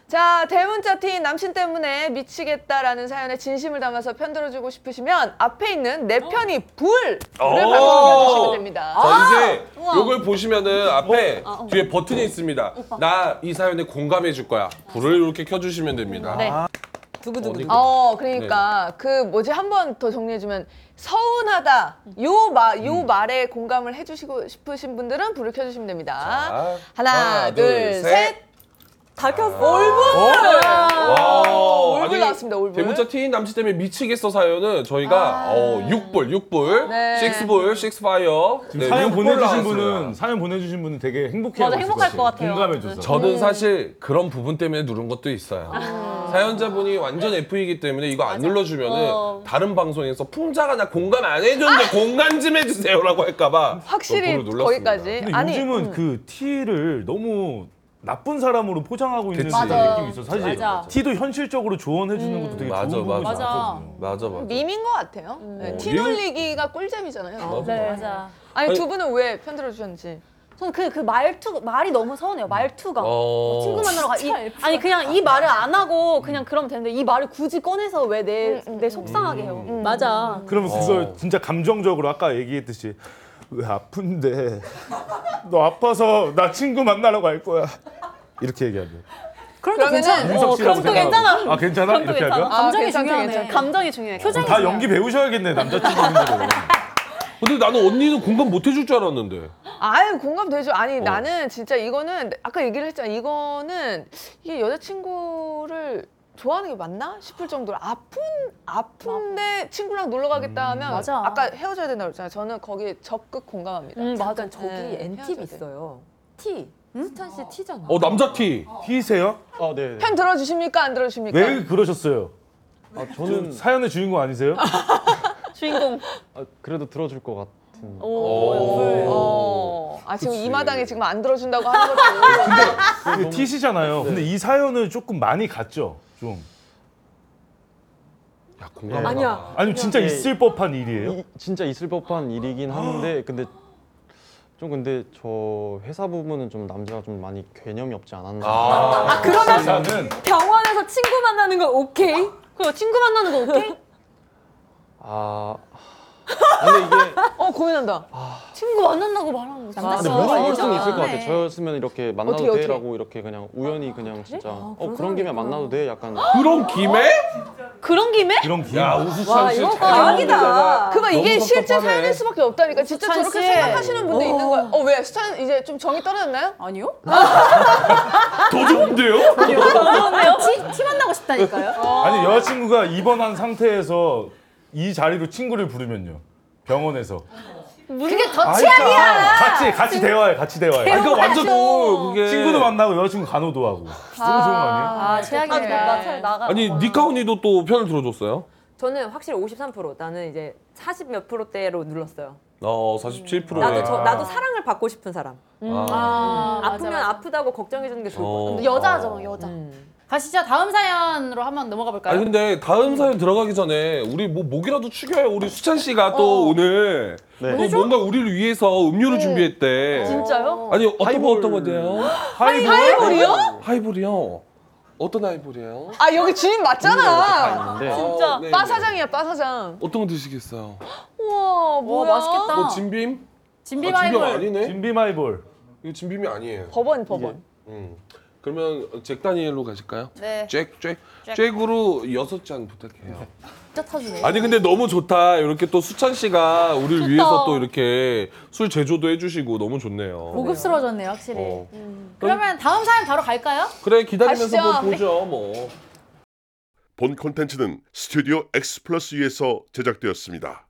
[SPEAKER 5] 자, 대문자 티 남친 때문에 미치겠다라는 사연에 진심을 담아서 편 들어주고 싶으시면 앞에 있는 내 편이 불을
[SPEAKER 4] 오!
[SPEAKER 5] 바로 남겨주시면 됩니다.
[SPEAKER 4] 어!
[SPEAKER 5] 아! 어?
[SPEAKER 4] 자 이제 요걸 보시면은 앞에 뒤에 버튼이 있습니다. 나 이 사연에 공감해 줄 거야. 불을 이렇게 켜주시면 됩니다. 아.
[SPEAKER 8] 네.
[SPEAKER 3] 두구두구.
[SPEAKER 4] 어디-
[SPEAKER 5] 어, 그러니까 그 뭐지 한 번 더 정리해주면 서운하다 요 말 요 말에 공감을 해주시고 싶으신 분들은 불을 켜주시면 됩니다.
[SPEAKER 4] 자,
[SPEAKER 5] 하나, 둘, 셋.
[SPEAKER 3] 다 켰어. 얼굴.
[SPEAKER 4] 와,
[SPEAKER 5] 올불
[SPEAKER 4] 아니,
[SPEAKER 5] 나왔습니다, 올불.
[SPEAKER 4] 대문자 T인 남친 때문에 미치겠어 사연은 저희가 어, 6불, 6불,
[SPEAKER 5] 아. 네.
[SPEAKER 4] 6불, 6파이어. 네,
[SPEAKER 6] 지금 사연 보내주신 분은 사연 보내주신 분은 되게 행복해.
[SPEAKER 8] 맞아, 행복할 것 같아요.
[SPEAKER 6] 공감해줘서.
[SPEAKER 4] 저는
[SPEAKER 5] 음.
[SPEAKER 4] 사실 그런 부분 때문에 누른 것도 있어요.
[SPEAKER 5] 아.
[SPEAKER 4] 사연자분이 완전 F이기 때문에 이거 안 눌러주면은
[SPEAKER 8] 어.
[SPEAKER 4] 다른 방송에서 풍자가 나 공감 안 해줬는데 공감 좀 해주세요라고 할까봐
[SPEAKER 5] 아. 확실히
[SPEAKER 4] 또 불을 눌렀습니다.
[SPEAKER 5] 네, 거기까지.
[SPEAKER 6] 근데
[SPEAKER 5] 예, 아니,
[SPEAKER 6] 요즘은 그 티를 너무 나쁜 사람으로 포장하고 있는
[SPEAKER 4] 그치. 맞아.
[SPEAKER 6] 느낌이 있어. 사실
[SPEAKER 8] 맞아.
[SPEAKER 6] 티도 현실적으로 조언해 주는 것도 되게
[SPEAKER 4] 맞아,
[SPEAKER 6] 좋은 부분이
[SPEAKER 4] 맞아.
[SPEAKER 6] 많거든요.
[SPEAKER 4] 맞아 맞아.
[SPEAKER 5] 밈인 것 같아요.
[SPEAKER 2] 음.
[SPEAKER 5] 네,
[SPEAKER 4] 어,
[SPEAKER 5] 티
[SPEAKER 4] 밈?
[SPEAKER 5] 놀리기가 꿀잼이잖아요.
[SPEAKER 4] 맞아.
[SPEAKER 2] 네,
[SPEAKER 8] 맞아.
[SPEAKER 5] 아니, 두 분은 왜 편들어 주셨는지.
[SPEAKER 8] 저는 그, 그 말투, 말이 너무 서운해요. 말투가.
[SPEAKER 4] 어.
[SPEAKER 8] 친구 만나러 가. 이, 아니, 그냥 이 말을 안
[SPEAKER 4] 음.
[SPEAKER 8] 하고 그냥 그러면 되는데 이 말을 굳이 꺼내서 왜 내
[SPEAKER 2] 음,
[SPEAKER 8] 내 속상하게 해요.
[SPEAKER 4] 음.
[SPEAKER 8] 음. 맞아.
[SPEAKER 6] 그러면
[SPEAKER 4] 어.
[SPEAKER 6] 그걸 진짜 감정적으로 아까 얘기했듯이 왜 아픈데 너 아파서 나 친구 만나러 갈 거야 이렇게 얘기하면
[SPEAKER 2] 그럼 또
[SPEAKER 5] 그러면은
[SPEAKER 2] 괜찮아.
[SPEAKER 6] 윤석
[SPEAKER 8] 그럼 또
[SPEAKER 6] 씨라고 생각하고.
[SPEAKER 8] 괜찮아.
[SPEAKER 6] 아 괜찮아 이렇게 하면
[SPEAKER 5] 아,
[SPEAKER 2] 감정이
[SPEAKER 5] 괜찮다,
[SPEAKER 2] 중요하네.
[SPEAKER 4] 음,
[SPEAKER 5] 괜찮다.
[SPEAKER 8] 감정이 중요해요.
[SPEAKER 6] 다 연기 배우셔야겠네 남자친구분들
[SPEAKER 4] 근데 나는 언니는 공감 못 해줄 줄 알았는데.
[SPEAKER 5] 아유 공감되죠.
[SPEAKER 11] 어.
[SPEAKER 5] 아니 나는 진짜 이거는 아까 얘기를 했잖아. 이거는 이게 여자친구를 좋아하는 게 맞나 싶을 정도로 아픈 아픈데 음. 친구랑 놀러 가겠다 하면
[SPEAKER 2] 맞아.
[SPEAKER 5] 아까 헤어져야 된다고 그랬잖아요. 저는 거기에 적극 공감합니다.
[SPEAKER 8] 음, 맞아. 저기
[SPEAKER 5] 네,
[SPEAKER 8] N팁
[SPEAKER 5] 헤어져야
[SPEAKER 8] 있어요. T.
[SPEAKER 2] 음?
[SPEAKER 8] 수찬 씨 T잖아.
[SPEAKER 4] 어 남자 티.
[SPEAKER 6] 희세요?
[SPEAKER 11] 아, 네.
[SPEAKER 5] 편 들어주십니까 안 들어주십니까?
[SPEAKER 6] 왜 그러셨어요?
[SPEAKER 11] 아,
[SPEAKER 6] 좀
[SPEAKER 11] 저는
[SPEAKER 6] 사연의 주인공 아니세요?
[SPEAKER 7] 주인공.
[SPEAKER 11] 아, 그래도 들어줄 것 같은.
[SPEAKER 5] 어. 아 지금 이 마당에 지금 안 들어준다고 하는 것도
[SPEAKER 6] 근데
[SPEAKER 4] 네.
[SPEAKER 6] 티시잖아요. 근데 이 사연을 조금 많이 갔죠. 좀
[SPEAKER 4] 야 공감.
[SPEAKER 8] 아니야.
[SPEAKER 6] 아니면 진짜
[SPEAKER 11] 예.
[SPEAKER 6] 있을 법한 일이에요?
[SPEAKER 11] 이- 진짜 있을 법한 일이긴 하는데 근데 좀 근데 저 <laughs> 회사 부분은 좀 남자가 좀 많이 개념이 없지 않았나.
[SPEAKER 4] 아,
[SPEAKER 8] 그러면-
[SPEAKER 6] 나는
[SPEAKER 8] 병원에서 친구 만나는 거 오케이? 그럼 친구 만나는 거 오케이?
[SPEAKER 11] 아. 근데 이게
[SPEAKER 5] 어 고민한다.
[SPEAKER 7] 친구 만난다고 말하는 거지.
[SPEAKER 11] 근데
[SPEAKER 8] 맞아.
[SPEAKER 11] 물어볼 수는
[SPEAKER 8] 맞아.
[SPEAKER 11] 있을
[SPEAKER 2] 네.
[SPEAKER 11] 것 같아. 저였으면 이렇게 만나도
[SPEAKER 5] 어떻게, 어떻게?
[SPEAKER 4] 뭐
[SPEAKER 11] 돼라고 이렇게 그냥 우연히 그냥 진짜 어
[SPEAKER 8] 사람이
[SPEAKER 11] 그런 김에
[SPEAKER 8] 있구나.
[SPEAKER 11] 만나도 돼 약간
[SPEAKER 4] 그런 김에?
[SPEAKER 7] 그런 김에?
[SPEAKER 6] 이런 기회.
[SPEAKER 4] 야
[SPEAKER 8] 와
[SPEAKER 4] 우수찬
[SPEAKER 3] 아,
[SPEAKER 4] 씨.
[SPEAKER 8] 이거
[SPEAKER 4] 잘
[SPEAKER 8] 대박이다.
[SPEAKER 5] 그봐 이게
[SPEAKER 4] 너무
[SPEAKER 5] 실제
[SPEAKER 4] 섭섭하네.
[SPEAKER 5] 사연일 수밖에 없다니까 진짜
[SPEAKER 2] 수찬
[SPEAKER 5] 저렇게
[SPEAKER 2] 씨.
[SPEAKER 5] 생각하시는 분도 있는 거야. 어 왜 수찬 이제 좀 정이 떨어졌나요?
[SPEAKER 2] 아니요?
[SPEAKER 4] 더 좋은데요?
[SPEAKER 2] 티, 티 만나고 싶다니까요?
[SPEAKER 6] 아니 여자친구가 입원한 상태에서 이 자리로 친구를 부르면요. 병원에서.
[SPEAKER 2] 그게 더
[SPEAKER 6] 취향이야. 같이 같이 대화해. 같이 대화해.
[SPEAKER 4] 아, 그러니까 완전 또 그게
[SPEAKER 6] 친구도 만나고 여자친구 간호도 하고. 너무 좋은 거 아니에요?
[SPEAKER 2] 아,
[SPEAKER 8] 아,
[SPEAKER 2] 최악이네.
[SPEAKER 8] 나잘 나가.
[SPEAKER 4] 아니 니카 언니도 또 편을 들어줬어요?
[SPEAKER 8] 저는 확실히 53% 나는 이제 40 몇 프로대로 눌렀어요.
[SPEAKER 4] 어 47%.
[SPEAKER 8] 나도 저 나도 사랑을 받고 싶은 사람.
[SPEAKER 2] 아,
[SPEAKER 8] 음, 아프면 아프다고 걱정해 주는 게 좋을
[SPEAKER 4] 어.
[SPEAKER 8] 것 같아.
[SPEAKER 7] 여자죠, 여자.
[SPEAKER 2] 가시죠. 다음 사연으로 한번 넘어가 볼까요?
[SPEAKER 4] 아니 근데 다음 사연 들어가기 전에 우리 뭐 목이라도 축여요. 우리 수찬 씨가 또 오늘
[SPEAKER 11] 네.
[SPEAKER 4] 또 뭔가 우리를 위해서 음료를 준비했대.
[SPEAKER 7] 진짜요?
[SPEAKER 4] 아니 어떤 거
[SPEAKER 11] 하이볼.
[SPEAKER 4] 어떤 건데요?
[SPEAKER 6] 하이볼?
[SPEAKER 5] 하이볼이요?
[SPEAKER 4] 하이볼이요. 어떤 하이볼이에요?
[SPEAKER 5] 아 여기 주인
[SPEAKER 11] 음.
[SPEAKER 5] 맞잖아.
[SPEAKER 11] 있는데
[SPEAKER 4] 진짜
[SPEAKER 5] 빠 사장이야 빠 사장.
[SPEAKER 4] 어떤 거 드시겠어요?
[SPEAKER 5] 우와
[SPEAKER 2] 와,
[SPEAKER 5] 뭐야?
[SPEAKER 2] 맛있겠다.
[SPEAKER 11] 어,
[SPEAKER 4] 뭐 진빔?
[SPEAKER 2] 진비
[SPEAKER 4] 아, 진빔
[SPEAKER 2] 마이볼.
[SPEAKER 4] 아니네.
[SPEAKER 6] 진비마이볼.
[SPEAKER 4] 이거 진빔이 아니에요.
[SPEAKER 5] 법원 법원.
[SPEAKER 4] 음. 그러면 잭 다니엘로 가실까요?
[SPEAKER 2] 네.
[SPEAKER 4] 잭, 잭, 잭으로 여섯 잔 부탁해요.
[SPEAKER 2] 진짜 터지네.
[SPEAKER 4] 아니 근데 너무 좋다. 이렇게 또 수찬 씨가 우리를 위해서 또 이렇게 술 제조도 해주시고 너무 좋네요.
[SPEAKER 2] 고급스러워졌네요, 확실히.
[SPEAKER 4] 어.
[SPEAKER 2] 그러면 다음 사연 바로 갈까요?
[SPEAKER 4] 그래 기다리면서
[SPEAKER 5] 가시죠.
[SPEAKER 4] 뭐 보죠 뭐.
[SPEAKER 1] 본 콘텐츠는 스튜디오 X 플러스 위에서 제작되었습니다.